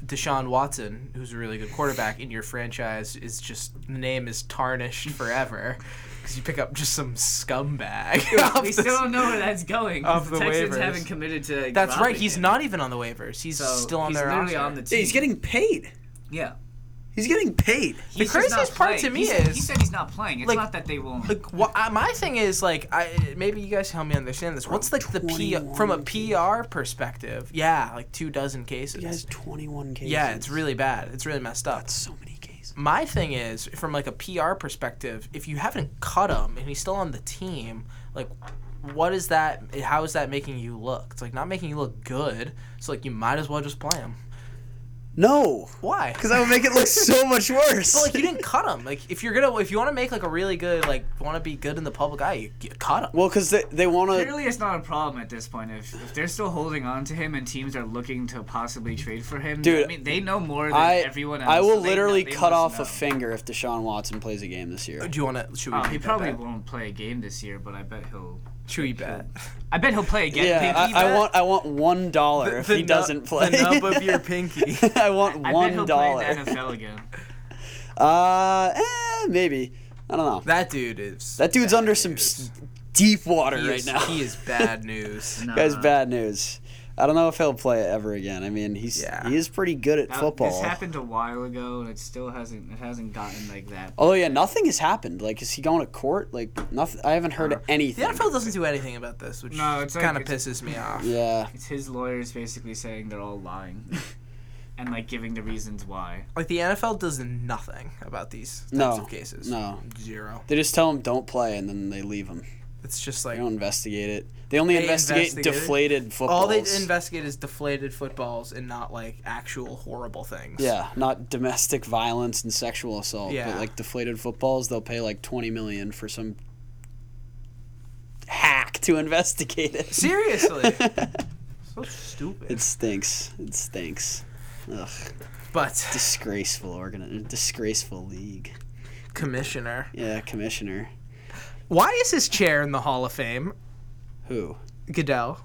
Deshaun Watson, who's a really good quarterback, and your franchise is just the name is tarnished forever because you pick up just some scumbag. off
we
the
still
s-
don't know where that's going.
Off
'cause
the
Texans
waivers.
haven't committed to.
That's right.
dropping
He's
him.
not even on the waivers. He's
So
still on
he's
their
literally
roster.
on the
Yeah,
team.
he's getting paid.
yeah.
He's getting paid.
He's just
craziest
not
part to
playing.
me
He's-
is-
he said he's not playing. It's
like-
not that they won't.
Like, wha- I uh, my thing is like, I maybe you guys help me understand this. What's like the P
21
from a PR perspective? Yeah, like two dozen cases.
He has 21 cases.
Yeah, it's really bad. It's really messed up.
so many cases.
My thing is from like a PR perspective, if you haven't cut him and he's still on the team, like what is that how is that making you look? It's like not making you look good. So like you might as well just play him.
No,
Why?
because that would make it look so much worse.
But, like you didn't cut him. Like if you're gonna if you want to make like a really good like want to be good in the public eye, you, you cut him.
well, because they, they want to.
Clearly, it's not a problem at this point. If, if they're still holding on to him and teams are looking to possibly trade for him,
Dude,
I mean, they know more than
I
everyone else.
I
so
will
they know-
literally
they
cut
must
off
know.
a finger if Deshaun Watson plays a game this year.
Do you want to? Should we?
Oh, he
make that
probably
bet?
won't play a game this year, but I bet he'll.
Should we bet?
I bet he'll play again.
Yeah,
Pinky
I, I
bet.
want I want one dollar if
The
he
nub-
doesn't play.
The nub of your pinky.
I want
I bet
one
he'll play
dollar.
in the NFL again.
Uh, eh, maybe. I don't know. That,
That dude is.
dude's
bad
under some
news.
s- deep water
He
right
is-
now.
He is bad news.
Nah.
That's bad news. I don't know if he'll play it ever again. I mean, he's
Yeah.
he is pretty good at
Now,
football.
This happened a while ago, and it still hasn't. It hasn't gotten like that.
Although Oh, yeah, nothing has happened. Like, is he going to court? Like, nothing. I haven't heard
The
anything.
NFL doesn't do anything about this, which
No, it's like-
kind of
it's-
pisses me off.
Yeah,
It's his lawyers basically saying they're all lying, and like giving the reasons why.
Like the NFL does nothing about these types
No,
of cases.
no.
zero.
they just tell him don't play, and then they leave him.
It's just
They
like
don't investigate it. They only
They
investigate
investigate it?
deflated footballs.
all they investigate is deflated footballs and not like actual horrible things.
Yeah, not domestic violence and sexual assault,
Yeah.
but like deflated footballs, they'll pay like twenty million for some hack to investigate it.
Seriously. so stupid.
It stinks. It stinks. Ugh,
but
disgraceful organ, disgraceful league.
commissioner,
Yeah, commissioner.
why is his chair in the Hall of Fame?
Who?
Goodell.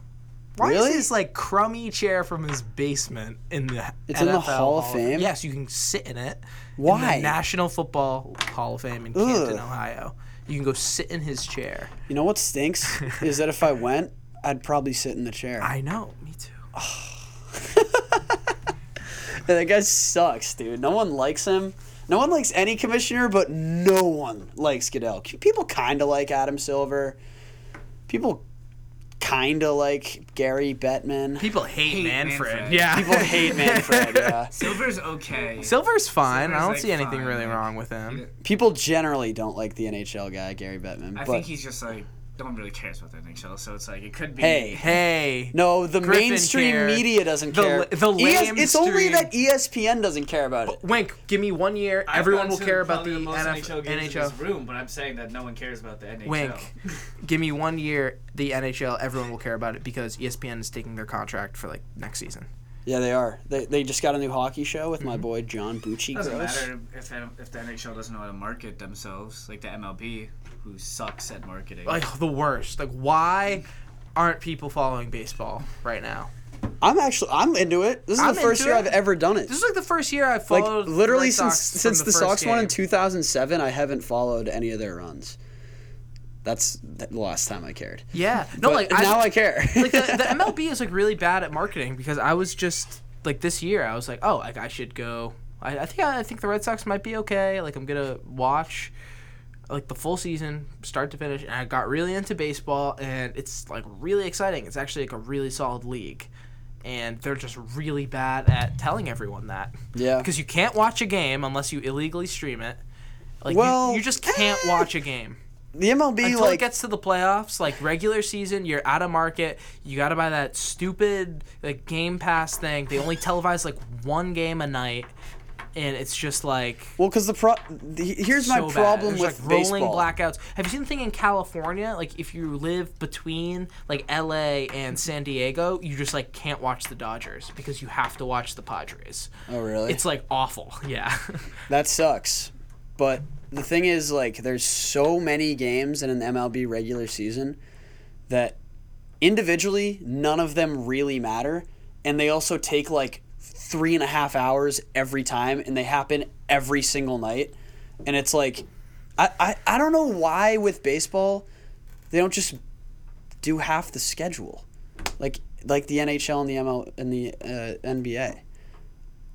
Why
Really?
is his like crummy chair from his basement in the
It's in the
NFL
Hall of Fame?
Yes, you can sit in it. In
Why?
the National Football Hall of Fame in
Ugh.
Canton, Ohio. You can go sit in his chair.
You know what stinks is that if I went, I'd probably sit in the chair.
I know, me too.
that guy sucks, dude. No one likes him. No one likes any commissioner, but no one likes Goodell. People kind of like Adam Silver. People kind of like Gary Bettman.
People hate, Manfred.
Manfred.
Yeah.
People hate Manfred. Yeah.
Silver's okay.
Silver's fine.
Silver's,
I don't
like,
see anything
fine,
really
like,
wrong with him.
People generally don't like the NHL guy, Gary Bettman.
I
but
think he's just like no one really cares about the NHL, so it's like it could be.
hey,
Hey.
no, the
Griffin
mainstream
cared.
media doesn't
The
care.
la- the
ES it's only
lamestream-
that E ESPN doesn't care about it.
Wink, give me one year.
I've
Everyone
gone
will
to
care about the
probably most
NFL,
NHL. games in
NHL.
this room, but I'm saying that no one cares about the NHL.
Wink. Give me one year, the NHL, everyone will care about it because E ESPN is taking their contract for like next season.
Yeah, they are. They, they just got a new hockey show with my boy John Bucci.
Doesn't
Gross.
matter if, if the NHL doesn't know how to market themselves, like the MLB, who sucks at marketing.
Like the worst. Like why aren't people following baseball right now?
I'm actually I'm into it. This is
I'm
the first
into
year
it.
I've ever done it.
This is like the first year I've
like
followed
literally
Red
since
Sox from
since the,
first
Sox won in
game.
2007, I haven't followed any of their runs. That's the last time I cared.
Yeah. No,
But
like
now I,
I,
care.
like the, the MLB is like really bad at marketing because I was just like this year I was like oh like I should go I, I think I, think the Red Sox might be okay like I'm gonna watch like the full season start to finish and I got really into baseball and it's like really exciting it's actually like a really solid league and they're just really bad at telling everyone that
yeah.
because you can't watch a game unless you illegally stream it like you-
Well,
you, just can't
eh.
watch a game
The MLB
until
like
it gets to the playoffs, like regular season, you're out of market. You got to buy that stupid like Game Pass thing. They only televise like one game a night, and it's just like
well cuz the pro the, here's my
so bad.
problem
There's,
with
like,
baseball.
rolling blackouts. Have you seen the thing in California? Like if you live between like L.A. and San Diego, you just like can't watch the Dodgers because you have to watch the Padres.
Oh really?
It's like awful. Yeah.
that sucks. But the thing is like there's so many games in an MLB regular season that individually none of them really matter and they also take like three and a half hours every time and they happen every single night and it's like I, I, I don't know why with baseball they don't just do half the schedule like like the NHL and the ML and the uh, NBA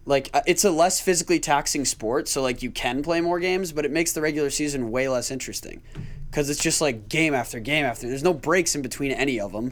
like uh, it's a less physically taxing sport so like you can play more games but it makes the regular season way less interesting because it's just like game after game after there's no breaks in between any of them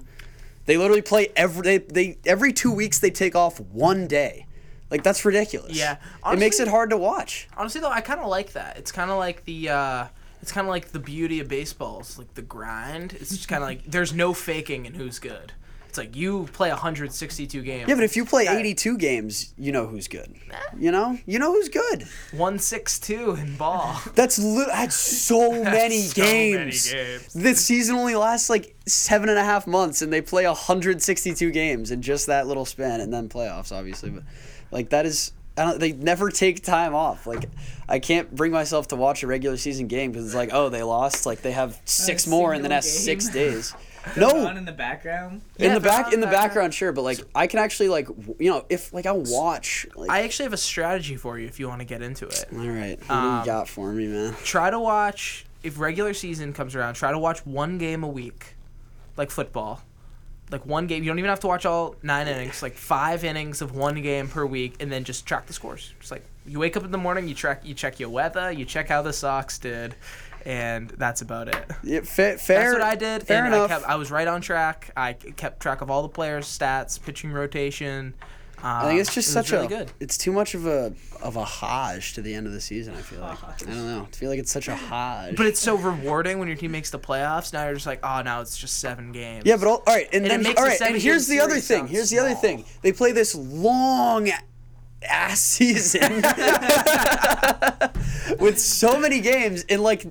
they literally play every they, they every two weeks they take off one day like that's ridiculous
Yeah,
it makes
honestly-
it hard to watch
Honestly though, I kind of like that. It's kind of like the uh, it's kind of like the beauty of baseball. It's like the grind. It's just kind of like there's no faking in who's good. It's like you play 162 games.
Yeah, but if you play 82 games, you know who's good. You know? You know who's good.
162 in ball.
That's li- that's so many
so many
games.
games.
This season only lasts like seven and a half months, and they play 162 games in just that little span, and then playoffs, obviously. But like that is, I don't. They never take time off. Like I can't bring myself to watch a regular season game because it's like, oh, they lost. Like they have six more in the
single
next
game.
six days. no,
on in the background.
in
Yeah,
the
they're
back
on
in the
the background.
background, sure, but like I can actually like w- you know if like I watch like
I actually have a strategy for you if you want to get into it.
All right, what do
Um,
you got for me, man?
Try to watch if regular season comes around. Try to watch one game a week, like football. like one game. You don't even have to watch all nine innings. Like five innings of one game per week, and then just track the scores. Just like you wake up in the morning, you track, you check your weather, you check how the Sox did, and that's about it.
Yeah, fa- fair.
That's what I did.
Fair
and
enough.
I, kept, I was right on track. I c- kept track of all the players' stats, pitching rotation. Um,
I think it's just
it was
such
really
a
good.
it's too much of a of a hodge to the end of the season. I feel like I don't know. I feel like it's such a hodge.
But it's so rewarding when your team makes the playoffs. Now you're just like, oh, now it's just seven games.
yeah, but all, all right, and,
it
then
makes
all
the
right, and
seven-game
here's the other
series
thing.
sound
Here's the other
small.
thing. They play this long ass season with so many games, and like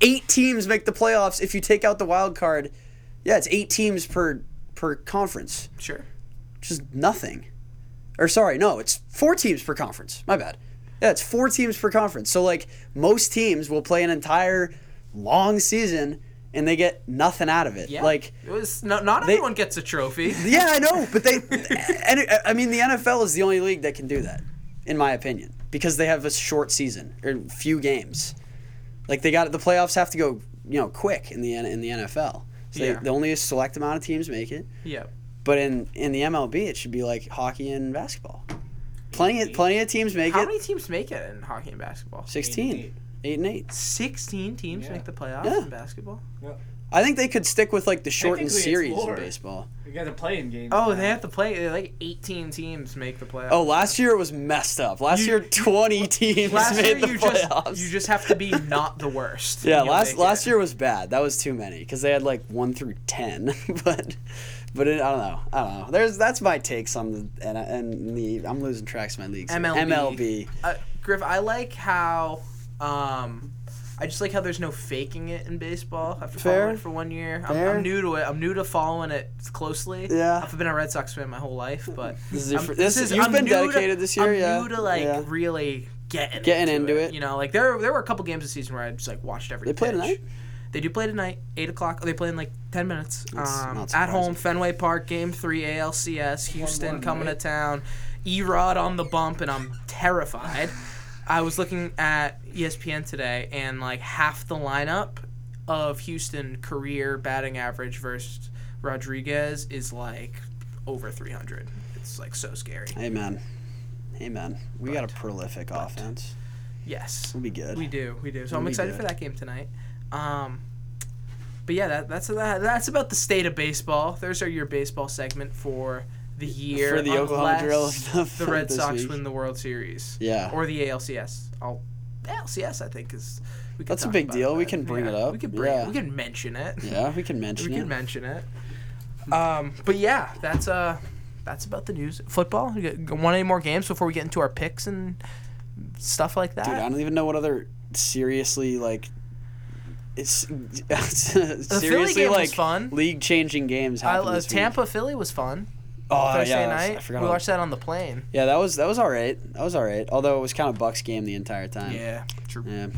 eight teams make the playoffs. If you take out the wild card, yeah, it's eight teams per per conference.
sure.
just nothing. Or sorry, no, it's four teams per conference. My bad. Yeah, it's four teams per conference. So like most teams will play an entire long season and they get nothing out of it.
Yeah.
Like
it was no, not everyone gets a trophy.
yeah, I know, but they and it- I mean the NFL is the only league that can do that in my opinion because they have a short season or few games. Like they got the playoffs have to go, you know, quick in the N- in the NFL. So
Yeah.
they, the only select amount of teams make it.
yeah.
But in in the MLB, it should be like hockey and basketball. Plenty of, plenty of teams make
How
it.
many teams make it in hockey and basketball?
16.
Eight and
8 and 8.
16 teams make the playoffs
Yeah.
in basketball.
I think they could stick with like the shortened
Technically, it's
series in
more.
baseball.
You got to play in games.
Oh,
now.
they have to play. Like 18 teams make the playoffs.
Oh, last year it was messed up. Last
You-
year 20 teams
last
made
year
the
you
playoffs.
just you just have to be not the worst.
yeah,
and you'll
last
make
last
it.
year was bad. That was too many cuz they had like 1 through 10. but but it, I don't know. I don't know. There's that's my takes on the and, and the I'm losing tracks of my leagues. here.
MLB.
MLB.
Uh, Griff, I like how, um, I just like how there's no faking it in baseball. After
Fair.
following it for one year, I'm,
Fair.
I'm new to it. I'm new to following it closely.
Yeah.
I've been a Red Sox fan my whole life, but
This is your
I'm-
fir- this- you've been
new to-
dedicated this year,
I'm
yeah.
new to like
Yeah.
really getting
Getting into it.
You know, like there there were a couple games this season where I just like watched every.
They play
pitch.
tonight?
They do play tonight, eight o'clock. Oh, They play in like ten minutes.
That's
Um,
not
at
surprising.
home, Fenway Park, Game Three, ALCS, Houston coming to town, Erod on the bump, and I'm terrified. I was looking at E ESPN today, and like half the lineup of Houston career batting average versus Rodriguez is like over 300. It's like so scary.
Amen. Amen. We got a prolific offense.
Yes.
We'll be good.
We do, we do. So I'm
We
excited
do.
for that game tonight. Um, but yeah, that, that's that, that's about the state of baseball. Those are your baseball segment for the year.
For the Oklahoma
unless
drill stuff
The Red
this
Sox
week.
win the World Series.
Yeah.
Or the ALCS. I'll, ALCS, I think is. We can
That's a
talk
big
about
deal. We
that.
can bring
Yeah,
it up.
We can bring
Yeah.
it. We can mention it.
Yeah, we can mention
We
it.
can mention it. Um, but yeah, that's uh, that's about the news. Football. You got- Want any more games before we get into our picks and stuff like that?
Dude, I don't even know what other seriously like. It's, seriously
game was
like
fun.
league-changing games.
I
happened
love
this week.
Tampa Philly was fun.
Oh
Thursday
yeah,
night.
I forgot.
we
about-
watched that on the plane.
yeah, that was that was all right. That was all right. Although it was kind of Bucks game the entire time.
True.
Yeah.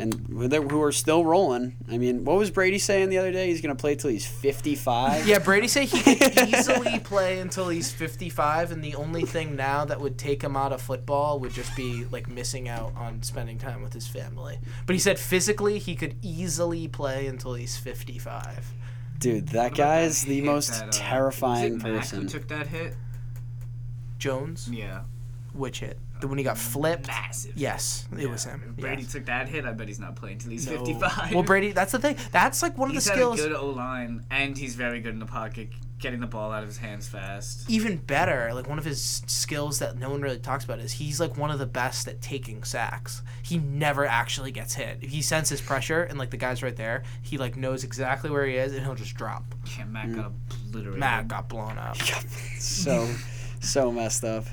And they who are still rolling. I mean, what was Brady saying the other day? He's gonna play till he's fifty-five.
Yeah, Brady said he could easily play until he's 55, and the only thing now that would take him out of football would just be like missing out on spending time with his family. But he said physically he could easily play until he's 55.
Dude, that
What about
guy
that
is the
hit
most
that, uh,
terrifying
was it Mack
person.
Who took that hit?
Jones,
Yeah.
which hit? The when he got flipped.
Massive.
Yes, it was
Yeah.
him.
If Brady
Yes.
took that hit. I bet he's not playing till he's
No.
55.
Well, Brady, that's the thing. That's like one of
He's
the
had
skills.
a good O line, and he's very good in the pocket, getting the ball out of his hands fast.
even better, like one of his skills that no one really talks about is he's like one of the best at taking sacks. He never actually gets hit. If he senses pressure and like the guy's right there, he like knows exactly where he is and he'll just drop.
Yeah, Matt got obliterated.
Mm. Matt got blown up.
so so messed up.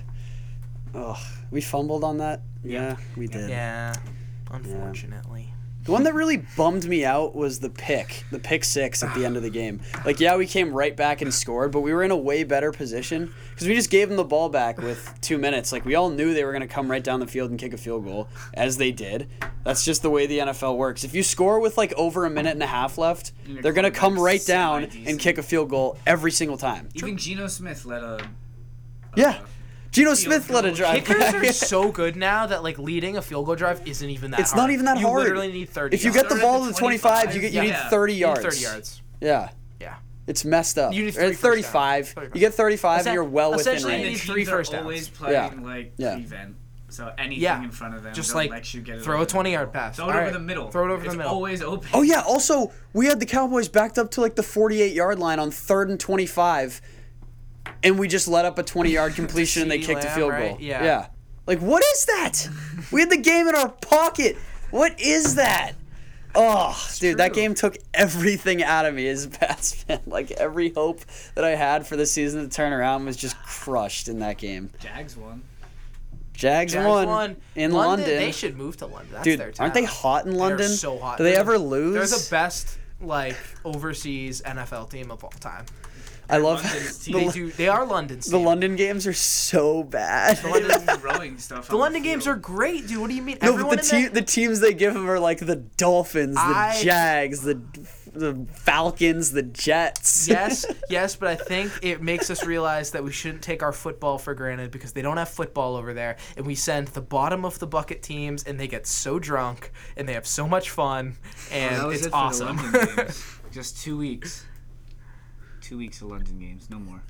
Ugh, we fumbled on that. Yeah, we did.
Yeah. Unfortunately.
The one that really bummed me out was the pick, the pick six at the end of the game. Like, yeah, we came right back and scored, but we were in a way better position because we just gave them the ball back with two minutes. Like, we all knew they were going to come right down the field and kick a field goal, as they did. That's just the way the NFL works. If you score with like over a minute and a half left,
Your
they're going to
quarterback's
come right down and
semi-decent.
kick a field goal every single time.
Even Geno Smith let a.
Yeah. Geno Smith let a
goal.
drive.
Kickers
back.
are so good now that like leading a field goal drive isn't even that
It's
hard.
not even that
you
hard.
You literally need 30
if you
yards.
get the
Start at
ball
the
to the 25,
25,
you get you
yeah.
need 30
You need
yards.
30 yards.
Yeah.
Yeah.
It's messed up.
You need
Or
three
it's
first
35.
downs.
You get 35
Essen-
and you're well within
essentially,
range.
need
And the
three
teams
first
are always
downs.
playing
Yeah.
like
Yeah.
prevent. So anything
Yeah.
in front of them,
Just
don't
like,
let you get it
throw a
over the
20 yard
middle.
pass.
Throw it
All
over
right.
the middle.
Throw it over the
it's
middle.
Always open.
Oh yeah. Also, we had the Cowboys backed up to like the 48 yard line on third and 25, and we just let up a 20 yard completion and they
CeeDee
kicked a
Lamb,
field
right?
goal.
Yeah.
Yeah. Like what is that? we had the game in our pocket. What is that? Oh, dude, that
true.
game took everything out of me as a Pats fan. Like every hope that I had for the season to turn around was just crushed in that game.
Jags won.
Jags,
Jags
won,
won.
in London.
London. They should move to London. That's
Dude,
their town.
aren't they hot in London?
They're so hot.
Do they
They're
ever
the-
lose?
They're the best like overseas NFL team of all time.
I love
London's
the,
team.
They
Lo-
do. They are London's.
the
team.
London games are so bad.
They were throwing stuff.
The London games are great, dude. What do you mean?
No, but the,
Everyone in
te-
that-
the teams they give him are like the Dolphins, the
I-
Jags, the the Falcons, the Jets.
yes, yes, but I think it makes us realize that we shouldn't take our football for granted because they don't have football over there, and we send the bottom of the bucket teams, and they get so drunk and they have so much fun, and
Oh, that was
it's
it for the
awesome.
London games. Just two weeks. Two weeks of London games, no more.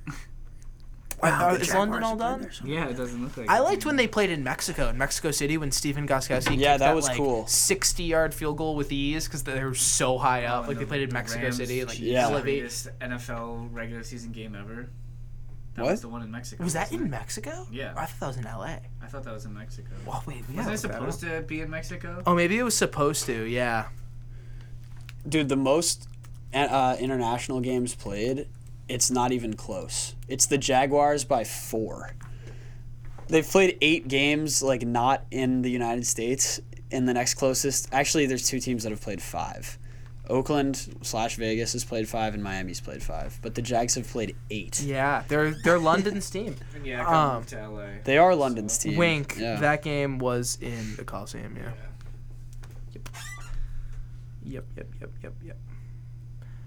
Wow,
the
is
Jaguars
London
are
all
playing
done?
there soon.
Yeah, it doesn't look like.
I liked when they played in Mexico, in Mexico City, when Stephen Goskowski
Yeah,
kicked
that was
like,
cool.
60 yard field goal with ease because they were so high
Oh,
up. like, they played in Mexico City, like,
Yeah.
elevate.
Greatest NFL regular season game ever. That
What?
was the one in Mexico.
Was that
wasn't
in
it?
Mexico?
Yeah.
I thought that was in LA.
I thought that was in Mexico.
Oh, wait,
Wasn't
we gotta
it
look that up.
supposed to be in Mexico?
Oh, maybe it was supposed to, yeah.
Dude, the most uh, international games played, it's not even close. It's the Jaguars by four. They've played eight games, like not in the United States. And the next closest, actually, there's two teams that have played five. Oakland slash Vegas has played five, and Miami's played five. But the Jags have played eight.
Yeah, they're they're London's team.
Yeah, I
Um,
got moved to LA.
They are London's team.
Wink.
Yeah.
That game was in the Coliseum. Yeah. Yep. Yep. Yep. Yep. Yep.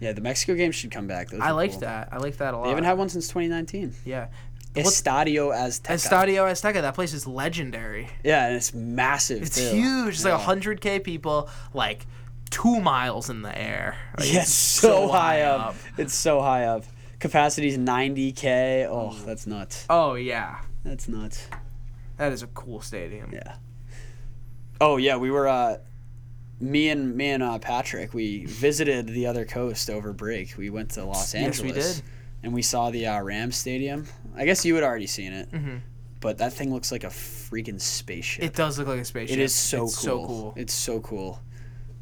yeah, the Mexico games should come back. Those
I
were
liked
cool.
that. I liked that a lot.
They haven't had one since 2019.
yeah. What's-
Estadio Azteca.
Estadio Azteca. That place is legendary.
Yeah, and it's massive.
It's
too.
huge. It's like
Yeah.
hundred k people. Like two miles in the air. Like,
Yeah, it's so, high up. It's so high up. Capacity's 90k. Oh, that's nuts.
Oh yeah,
That's nuts.
that is a cool stadium.
Yeah. Oh yeah, we were uh me and me and uh, Patrick, we visited the other coast over break. We went to Los
Yes,
Angeles.
we did.
And we saw the uh, Rams stadium. I guess you had already seen it.
Mm-hmm.
But that thing looks like a freaking spaceship.
It does look like a spaceship.
it is so
It's
cool.
So cool.
It's so cool.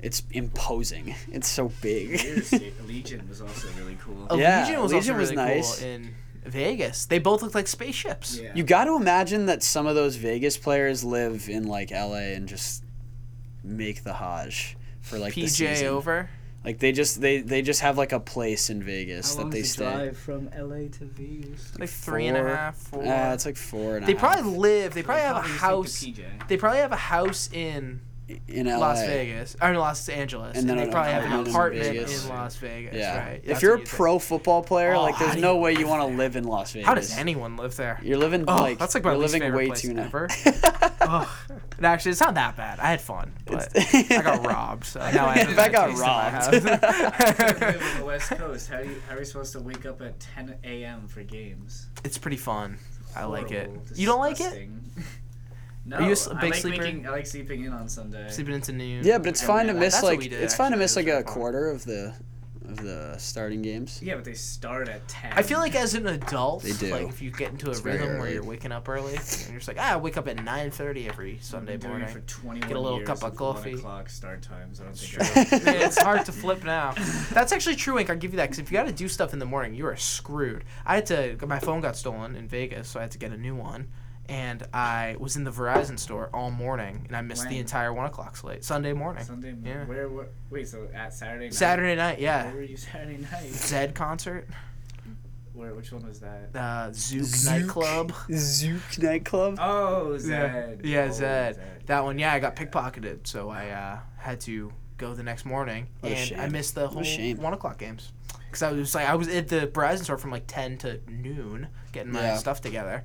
It's imposing. It's so big.
Weird State- Legion was also really cool.
Allegiant
Yeah,
was also
Allegiant was
really
nice.
cool in Vegas. They both looked like spaceships.
Yeah.
You got to imagine that some of those Vegas players live in like LA and just make the Hajj for like the
PJ
season.
over.
Like they just they they just have like a place in Vegas that they stay.
from LA to Vegas?
Like three and a
Four.
half, four.
Uh, it's like four and a
they
half
probably live. They probably have a
just
house.
take the PJ.
They probably have a house in
in LA.
Las Vegas or in Los
And
Angeles, and,
then
they
an
probably have
apartment
an
in
apartment in,
Vegas.
Las Vegas.
Yeah.
Right.
If
That's
you're
what
a
you
pro football player,
Oh,
like
how
there's
do
no
you
way you
live
want to
there?
live in Las Vegas.
think. How does anyone live there?
You're living
Oh,
like
that's like my
you're
least
living
favorite
way
place
too much.
ever. oh, and actually, it's not that bad. I had fun, but I got robbed. So now I have
If I
a
got
taste in my
robbed.
house.
live on the West Coast. How, you, how are you supposed to wake up at 10 a.m. for games?
it's pretty fun. I like it.
Horrible,
You don't like it?
disgusting. no.
Are you a s-
I
big
like
sleeper?
Making, I like sleeping in on Sunday.
Sleeping into noon.
Yeah, but it's fine to
Yeah,
miss
that's what
like
we did,
it's fine to
actually.
miss
It was
like a
fun.
quarter of the of the starting games.
Yeah, but they start at 10.
I feel like as an adult,
They do.
like if you get into a
very
rhythm where
early.
you're waking up early, and you're just like, ah, I wake up at 9:30 every Sunday
I've been doing it
morning.
for 21
Get a little
years
cup of
with
coffee.
1 o'clock start times. I don't think I-
Man, it's hard to flip now. That's actually true, Ink. I'll give you that. Because if you got to do stuff in the morning, you are screwed. I had to. My phone got stolen in Vegas, so I had to get a new one. And I was in the Verizon store all morning, and I missed the
When?
entire one o'clock slate Sunday morning,
Sunday morning.
Yeah.
Where, where? Wait, so at Saturday night?
Saturday night.
Where
Yeah,
were you Saturday night?
Zed concert,
Where? Which one was that?
uh, Zook,
Zouk.
nightclub.
Zook nightclub.
Oh,
Yeah,
Zed.
yeah,
Oh,
Zed. That one, yeah, I got pickpocketed, so I uh, had to go the next morning,
What a
and I
shame.
missed the
a
whole
shame.
one o'clock games. Cause I was like, I was at the Verizon store from like ten to noon, getting my
Yeah.
stuff together,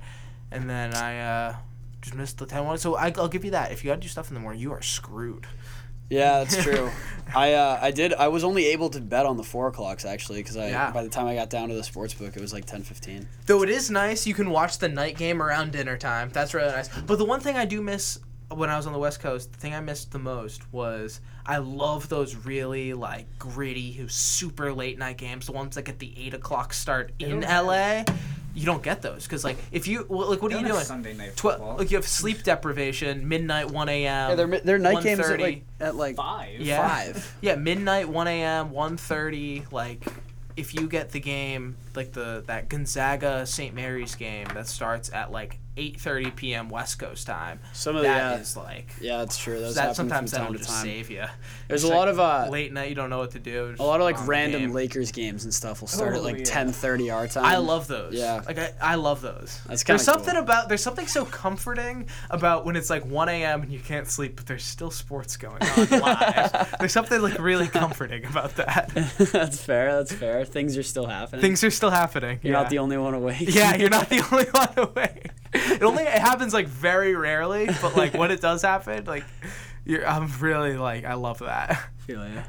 and then I uh, just missed the ten one. So I, I'll give you that. If you gotta do stuff in the morning, you are screwed.
Yeah, that's true. I uh, I did. I was only able to bet on the four o'clocks actually because I
Yeah.
by the time I got down to the sports book, it was like ten fifteen.
Though it is nice, you can watch the night game around dinner time. That's really nice. But the one thing I do miss when I was on the West Coast, the thing I missed the most was I love those really like gritty, who super late night games, the ones that get the eight o'clock start in LA. You don't get those because like if you well, like what
They
are you
don't have
doing?
Sunday night football.
Twelve. Like you have sleep deprivation, midnight, one a.m.
Yeah, their mi- their night games at
1:30.
like at like
Five.
Yeah.
five.
Yeah, midnight, one a.m., 1.30, Like, if you get the game, like the that Gonzaga St. Mary's game that starts at like eight thirty p.m. West Coast time.
Some of the-
that
yeah.
is like
Yeah, that's true. Those
that.
happen
Sometimes
from time
that'll
to
just
time.
save you.
There's
It's
a lot of uh,
late night. You don't know what to do.
a lot of like
Wrong
random
game.
Lakers games and stuff will start at
Oh,
like
yeah.
ten thirty our time.
I love those.
Yeah.
Like I, I love those.
That's kinda
There's something
cool.
about there's something so comforting about when it's like 1 a.m. and you can't sleep, but there's still sports going on live. There's something like really comforting about that.
that's fair. That's fair. Things are still happening.
Things are still happening.
You're
yeah.
not the only one awake.
Yeah, you're not the only one away. It only it happens like very rarely, but like when it does happen, like you're I'm really like I love that.
Feel ya.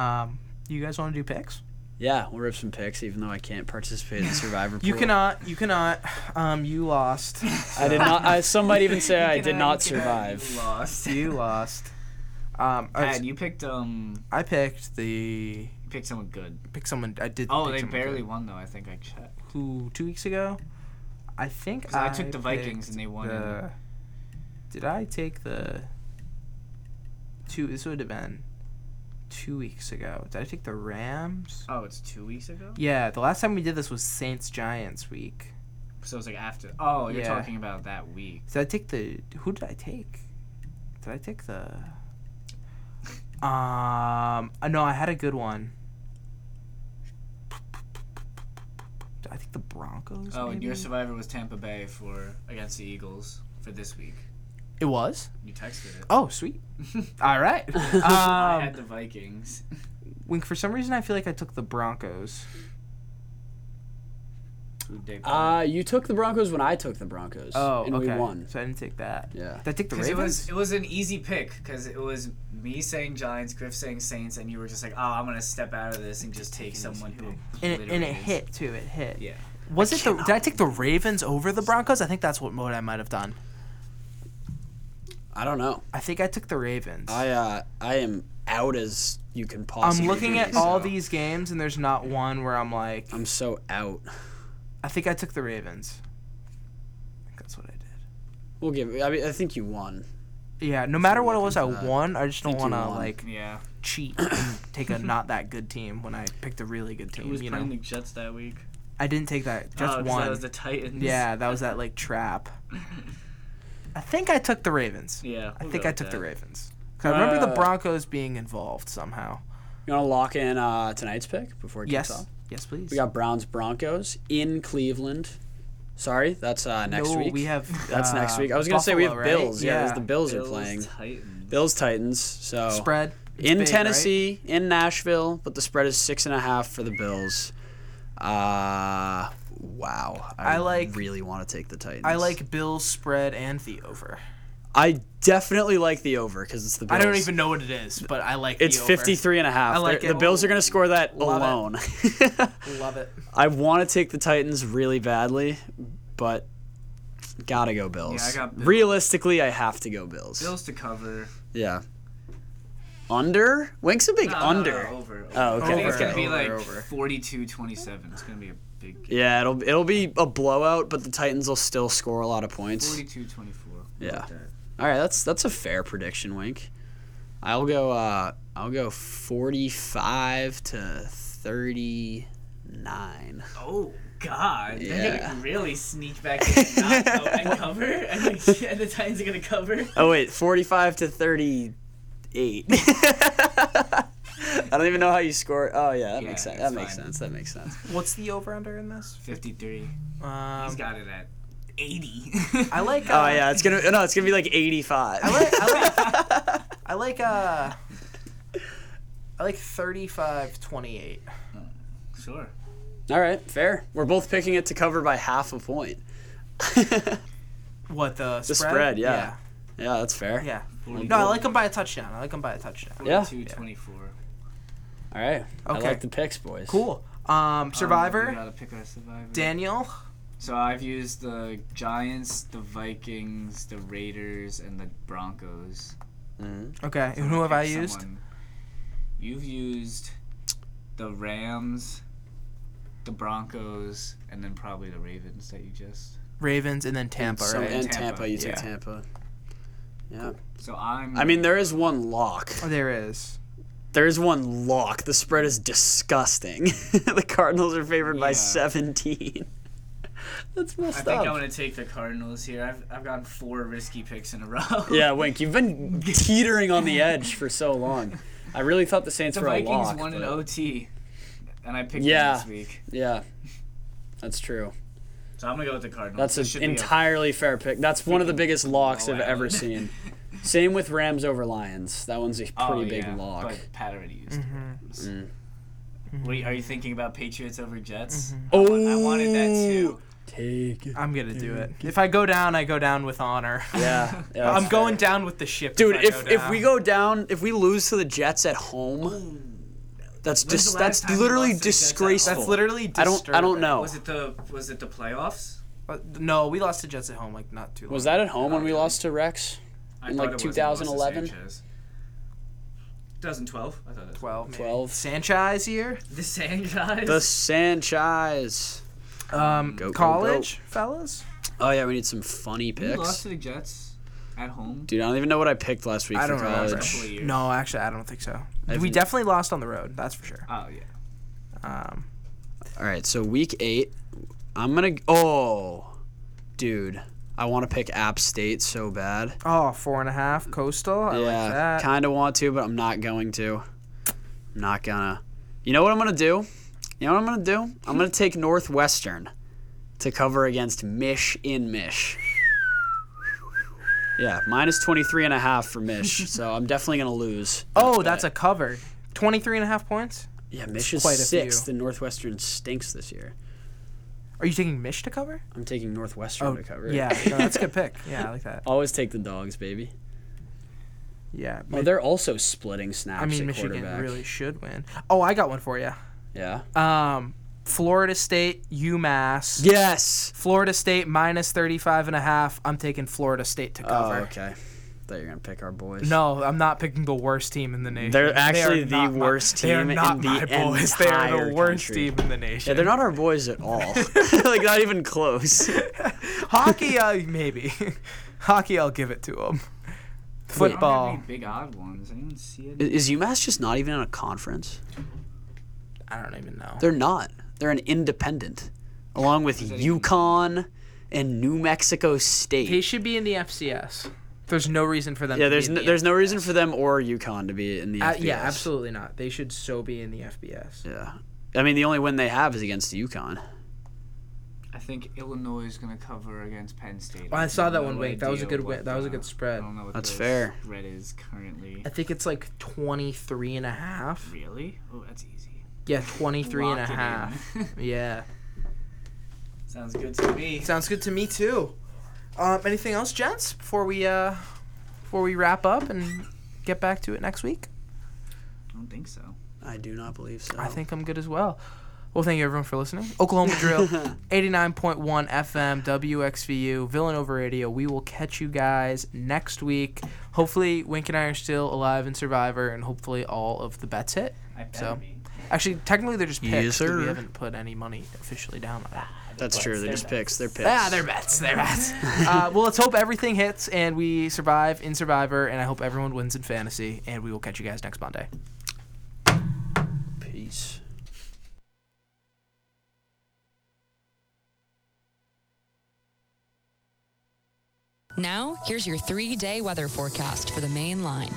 Um, you guys want to do picks?
Yeah, we'll rip some picks, even though I can't participate in Survivor.
You uh,
pool.
cannot. You cannot. Um, you lost.
I did not. I, some might even say I
You
did
know,
not
you know,
survive.
You lost.
You lost. Um, I, was-
Pat, you picked um,
I picked the
you picked someone good.
pick someone. I did.
Oh,
pick
they
someone
barely
good.
won though. I think I checked.
Who two weeks ago? I think
'Cause I took the Vikings
picked
and they won
the-
anyway.
did I take the two? This would have been two weeks ago. Did I take the Rams?
Oh, it's two weeks ago.
Yeah, the last time we did this was Saints Giants week.
So it's like after. Oh, you're
Yeah.
talking about that week.
Did I take the? Who did I take? Did I take the? Um, uh, no, I had a good one. I think the Broncos.
Oh, and your
maybe?
survivor was Tampa Bay for against the Eagles for this week.
It was.
You texted it.
Oh, sweet. All right.
I
Um,
had the Vikings.
when for some reason I feel like I took the Broncos.
Uh, you took the Broncos when I took the Broncos.
Oh,
and
okay.
we won.
So I didn't take that.
Yeah.
Did I take the
Because
Ravens?
it was it was an easy pick because it was me saying Giants, Griff saying Saints, and you were just like, oh, I'm gonna step out of this and just take someone who
and, it, and it
obliterated-
hit too. It hit.
Yeah.
Was it the? Did I take the Ravens over the Broncos? I think that's what mode I might have done.
I don't know.
I think I took the Ravens.
I uh, I am out as you can possibly.
I'm looking
be,
at all
so-
these games, and there's not one where I'm like,
I'm so out.
I think I took the Ravens. I think that's what I did.
We'll give. I mean, I think you won.
Yeah, no matter what it was, I
looking for that.
won. I just don't
think you
want to
won.
like
Yeah.
cheat and take a not that good team when I picked a really good
Who
team.
was
You
playing
know,
the Jets that week?
I didn't take that.
Oh,
Just
'cause
one.
That was the Titans.
Yeah, that was that like trap. I think I took the Ravens.
Yeah.
I
we'll
think
go
I
with
took the
that.
Ravens. 'Cause I remember the
Uh,
Broncos being involved somehow.
You want to lock in uh, tonight's pick before it kicks
Yes.
off?
Yes, please.
We got Browns Broncos in Cleveland. Sorry, that's uh, next
no,
week.
we have.
that's next
uh,
week. I was gonna say we have
Buffalo, right?
Bills. Yeah, 'cause the Bills, are playing.
Titans.
Bills Titans. So
Spread. It's
in
big, right?
Tennessee, in Nashville, but the spread is six and a half for the Bills. Uh wow.
I like-
really want to take the Titans.
I like Bills spread and the over.
I definitely like the over because it's the Bills.
I don't even know what it is, but I like.
It's
the over.
53 and a half.
I like
They're-
it.
The Bills are going to score that
Love it.
alone.
Love it.
I want to take the Titans really badly, but gotta go Bills.
Yeah, I got Bills.
Realistically, I have to go Bills.
Bills to cover.
Yeah. Under? Wink's a big
No, no, no,
under.
over, over.
Oh, okay,
I think it's
okay.
gonna be
Over,
like
over.
42-27. It's gonna be a big game.
Yeah, it'll it'll be a blowout, but the Titans will still score a lot of points.
42-24.
Yeah.
Like that.
All right, that's that's a fair prediction, Wink. I'll go uh I'll go 45 to 39.
Oh God! They're
Yeah.
gonna really sneak back in and not go and cover, and, like, and the Titans are gonna cover.
Oh wait, 45 to 38. I don't even know how you score. Oh yeah, that
Yeah,
makes sense. That
it's
makes
fine.
sense. That makes sense.
What's the over under in this?
Fifty-three.
Um,
He's got it at eighty.
I like. Uh,
Oh yeah, it's going to no, it's going to be like 85.
I like. I like. I like. Uh, I like 35-28.
sure.
All right, fair. We're both picking it to cover by half a point.
What the?
The spread, yeah. Yeah, that's fair.
Yeah.
No, I like them by a touchdown. I like them by a touchdown.
Yeah.
42, 24.
All right. I
Okay.
like the picks, boys.
Cool. Um,
Um, you
Survivor,
gotta pick a survivor.
Daniel.
So I've used the Giants, the Vikings, the Raiders, and the Broncos.
Mm-hmm.
Okay, and who have I
Pick
used?
someone. You've used the Rams, the Broncos, and then probably the Ravens that you just.
Ravens and then Tampa,
So,
right?
and Tampa,
Tampa,
you took
yeah.
Tampa. Yeah.
So I'm.
I mean, there is one lock.
Oh, there is.
There is one lock. The spread is disgusting. the Cardinals are favored by
Yeah.
17. That's
I
messed
think
up.
I'm gonna take the Cardinals here. I've I've gotten four risky picks in a row.
Yeah, Wink, you've been teetering on the edge for so long. I really thought the Saints
The
were
Vikings
a lock.
won in
but-
OT, and I picked
Yeah.
them this week.
Yeah, that's true.
Oh, So I'm gonna go with the Cardinals.
That's
This
an
should be a-
entirely fair pick. That's one of the biggest locks I've
blowout.
ever seen. Same with Rams over Lions. That one's a pretty
Oh,
big
yeah,
lock.
But Pat already used Rams.
Mm.
What are you, are you thinking about Patriots over Jets?
oh,
I wanted that too.
Take it.
I'm gonna do it. If I go down, I go down with honor.
Yeah, yeah,
I'm
that's
going
fair.
down with the ship.
Dude,
I
if
go
if
down.
we go down, if we lose to the Jets at home, that's
When's
just
the last
that's
time we
literally
lost to the Jets at home?
disgraceful.
that's literally.
I don't I don't
disturbing.
know.
Was it the was it the playoffs?
But uh, no, we lost to Jets at home like not too long.
Was that at home when we
Oh, yeah.
lost to Rex?
I
In,
thought
like,
it was
2011?
the Sanchez. 2012. I thought it was.
twelve? maybe.
12.
Sanchez here.
The sand guys.
The Sanchez.
Um,
Go, go,
college fellas.
Oh yeah, we need some funny
We lost
picks.
to the Jets at home.
Dude, I don't even know what I picked last week
I
for
don't remember.
college.
Couple of years.
No, actually, I don't think so. we
haven't-
definitely lost on the road. That's for sure.
Oh yeah.
Um,
All right, so week 8, I'm going to Oh. Dude, I want to pick App State so bad.
oh, four and a half coastal. I like
yeah,
that.
kind of want to, but I'm not going to. I'm not gonna. You know what I'm gonna do? You know what I'm gonna do? I'm gonna take Northwestern to cover against Mish in Mish. Yeah, minus 23 and a half for Mish, so I'm definitely gonna lose.
oh, that's a cover. 23 and a half points.
yeah. Mish is
quite a
sixth,
few.
and Northwestern stinks this year.
Are you taking Mish to cover? Oh,
I'm taking Northwestern to cover. it.
Yeah, no, that's a good pick. Yeah, I like that.
Always take the dogs, baby.
Yeah.
Oh, they're also splitting snaps.
I mean,
at
Michigan
quarterback.
really should win. Oh, I got one for you.
Yeah.
Um, Florida State, UMass.
yes.
Florida State minus 35 and a half. I'm taking Florida State to
Oh,
cover.
okay. Thought you were gonna pick our boys.
No, I'm not picking the worst team in the nation.
They're
They are
actually the
not my-
worst
they are
team
not
in
my
the
boys. They are
entire
the worst
country.
team in the nation.
Yeah, they're not our boys at all. like not even close.
hockey. Uh, maybe hockey. I'll give it to them.
I don't have
Football.
any big odd ones. Anyone see it?
Is UMass just not even in a conference?
I don't even know.
They're not. They're an independent, along with Yukon and New Mexico
They
State.
should be in the FCS. There's no reason for them.
Yeah,
to
there's
be in
no,
the
there's no reason for them or Yukon to be in the
Uh,
FBS.
yeah, absolutely not. They should so be in the FBS.
Yeah. I mean, the only win they have is against Yukon.
I think Illinois is gonna cover against Penn State.
Well, I saw
have
that one
no
wink. That was a
idea
good win-
what
that was a
the-
good spread.
I don't know what
That's
the
fair.
Spread is currently.
I think it's like 23 and a half.
Really? Oh, that's easy.
Yeah, 23 and a
Lock it in.
half. Yeah.
Sounds good to me.
Sounds good to me too. Um, anything else, gents, before we uh, before we wrap up and get back to it next week?
I don't think so.
I do not believe so.
I think I'm good as well. Well, thank you everyone for listening. Oklahoma Drill, 89.1 FM, WXVU, Villanova Radio. We will catch you guys next week. Hopefully, Wink and I are still alive in Survivor, and hopefully, all of the bets hit.
I better
So-
be.
Actually, technically, they're just picks.
Yes,
'cause
sir.
We haven't put any money officially down on it.
that's true. They're just picks. They're picks.
Ah, they're bets. They're bets. uh, well, let's hope everything hits and we survive in Survivor, and I hope everyone wins in fantasy. And we will catch you guys next Monday.
Peace.
Now, here's your three day weather forecast for the main line.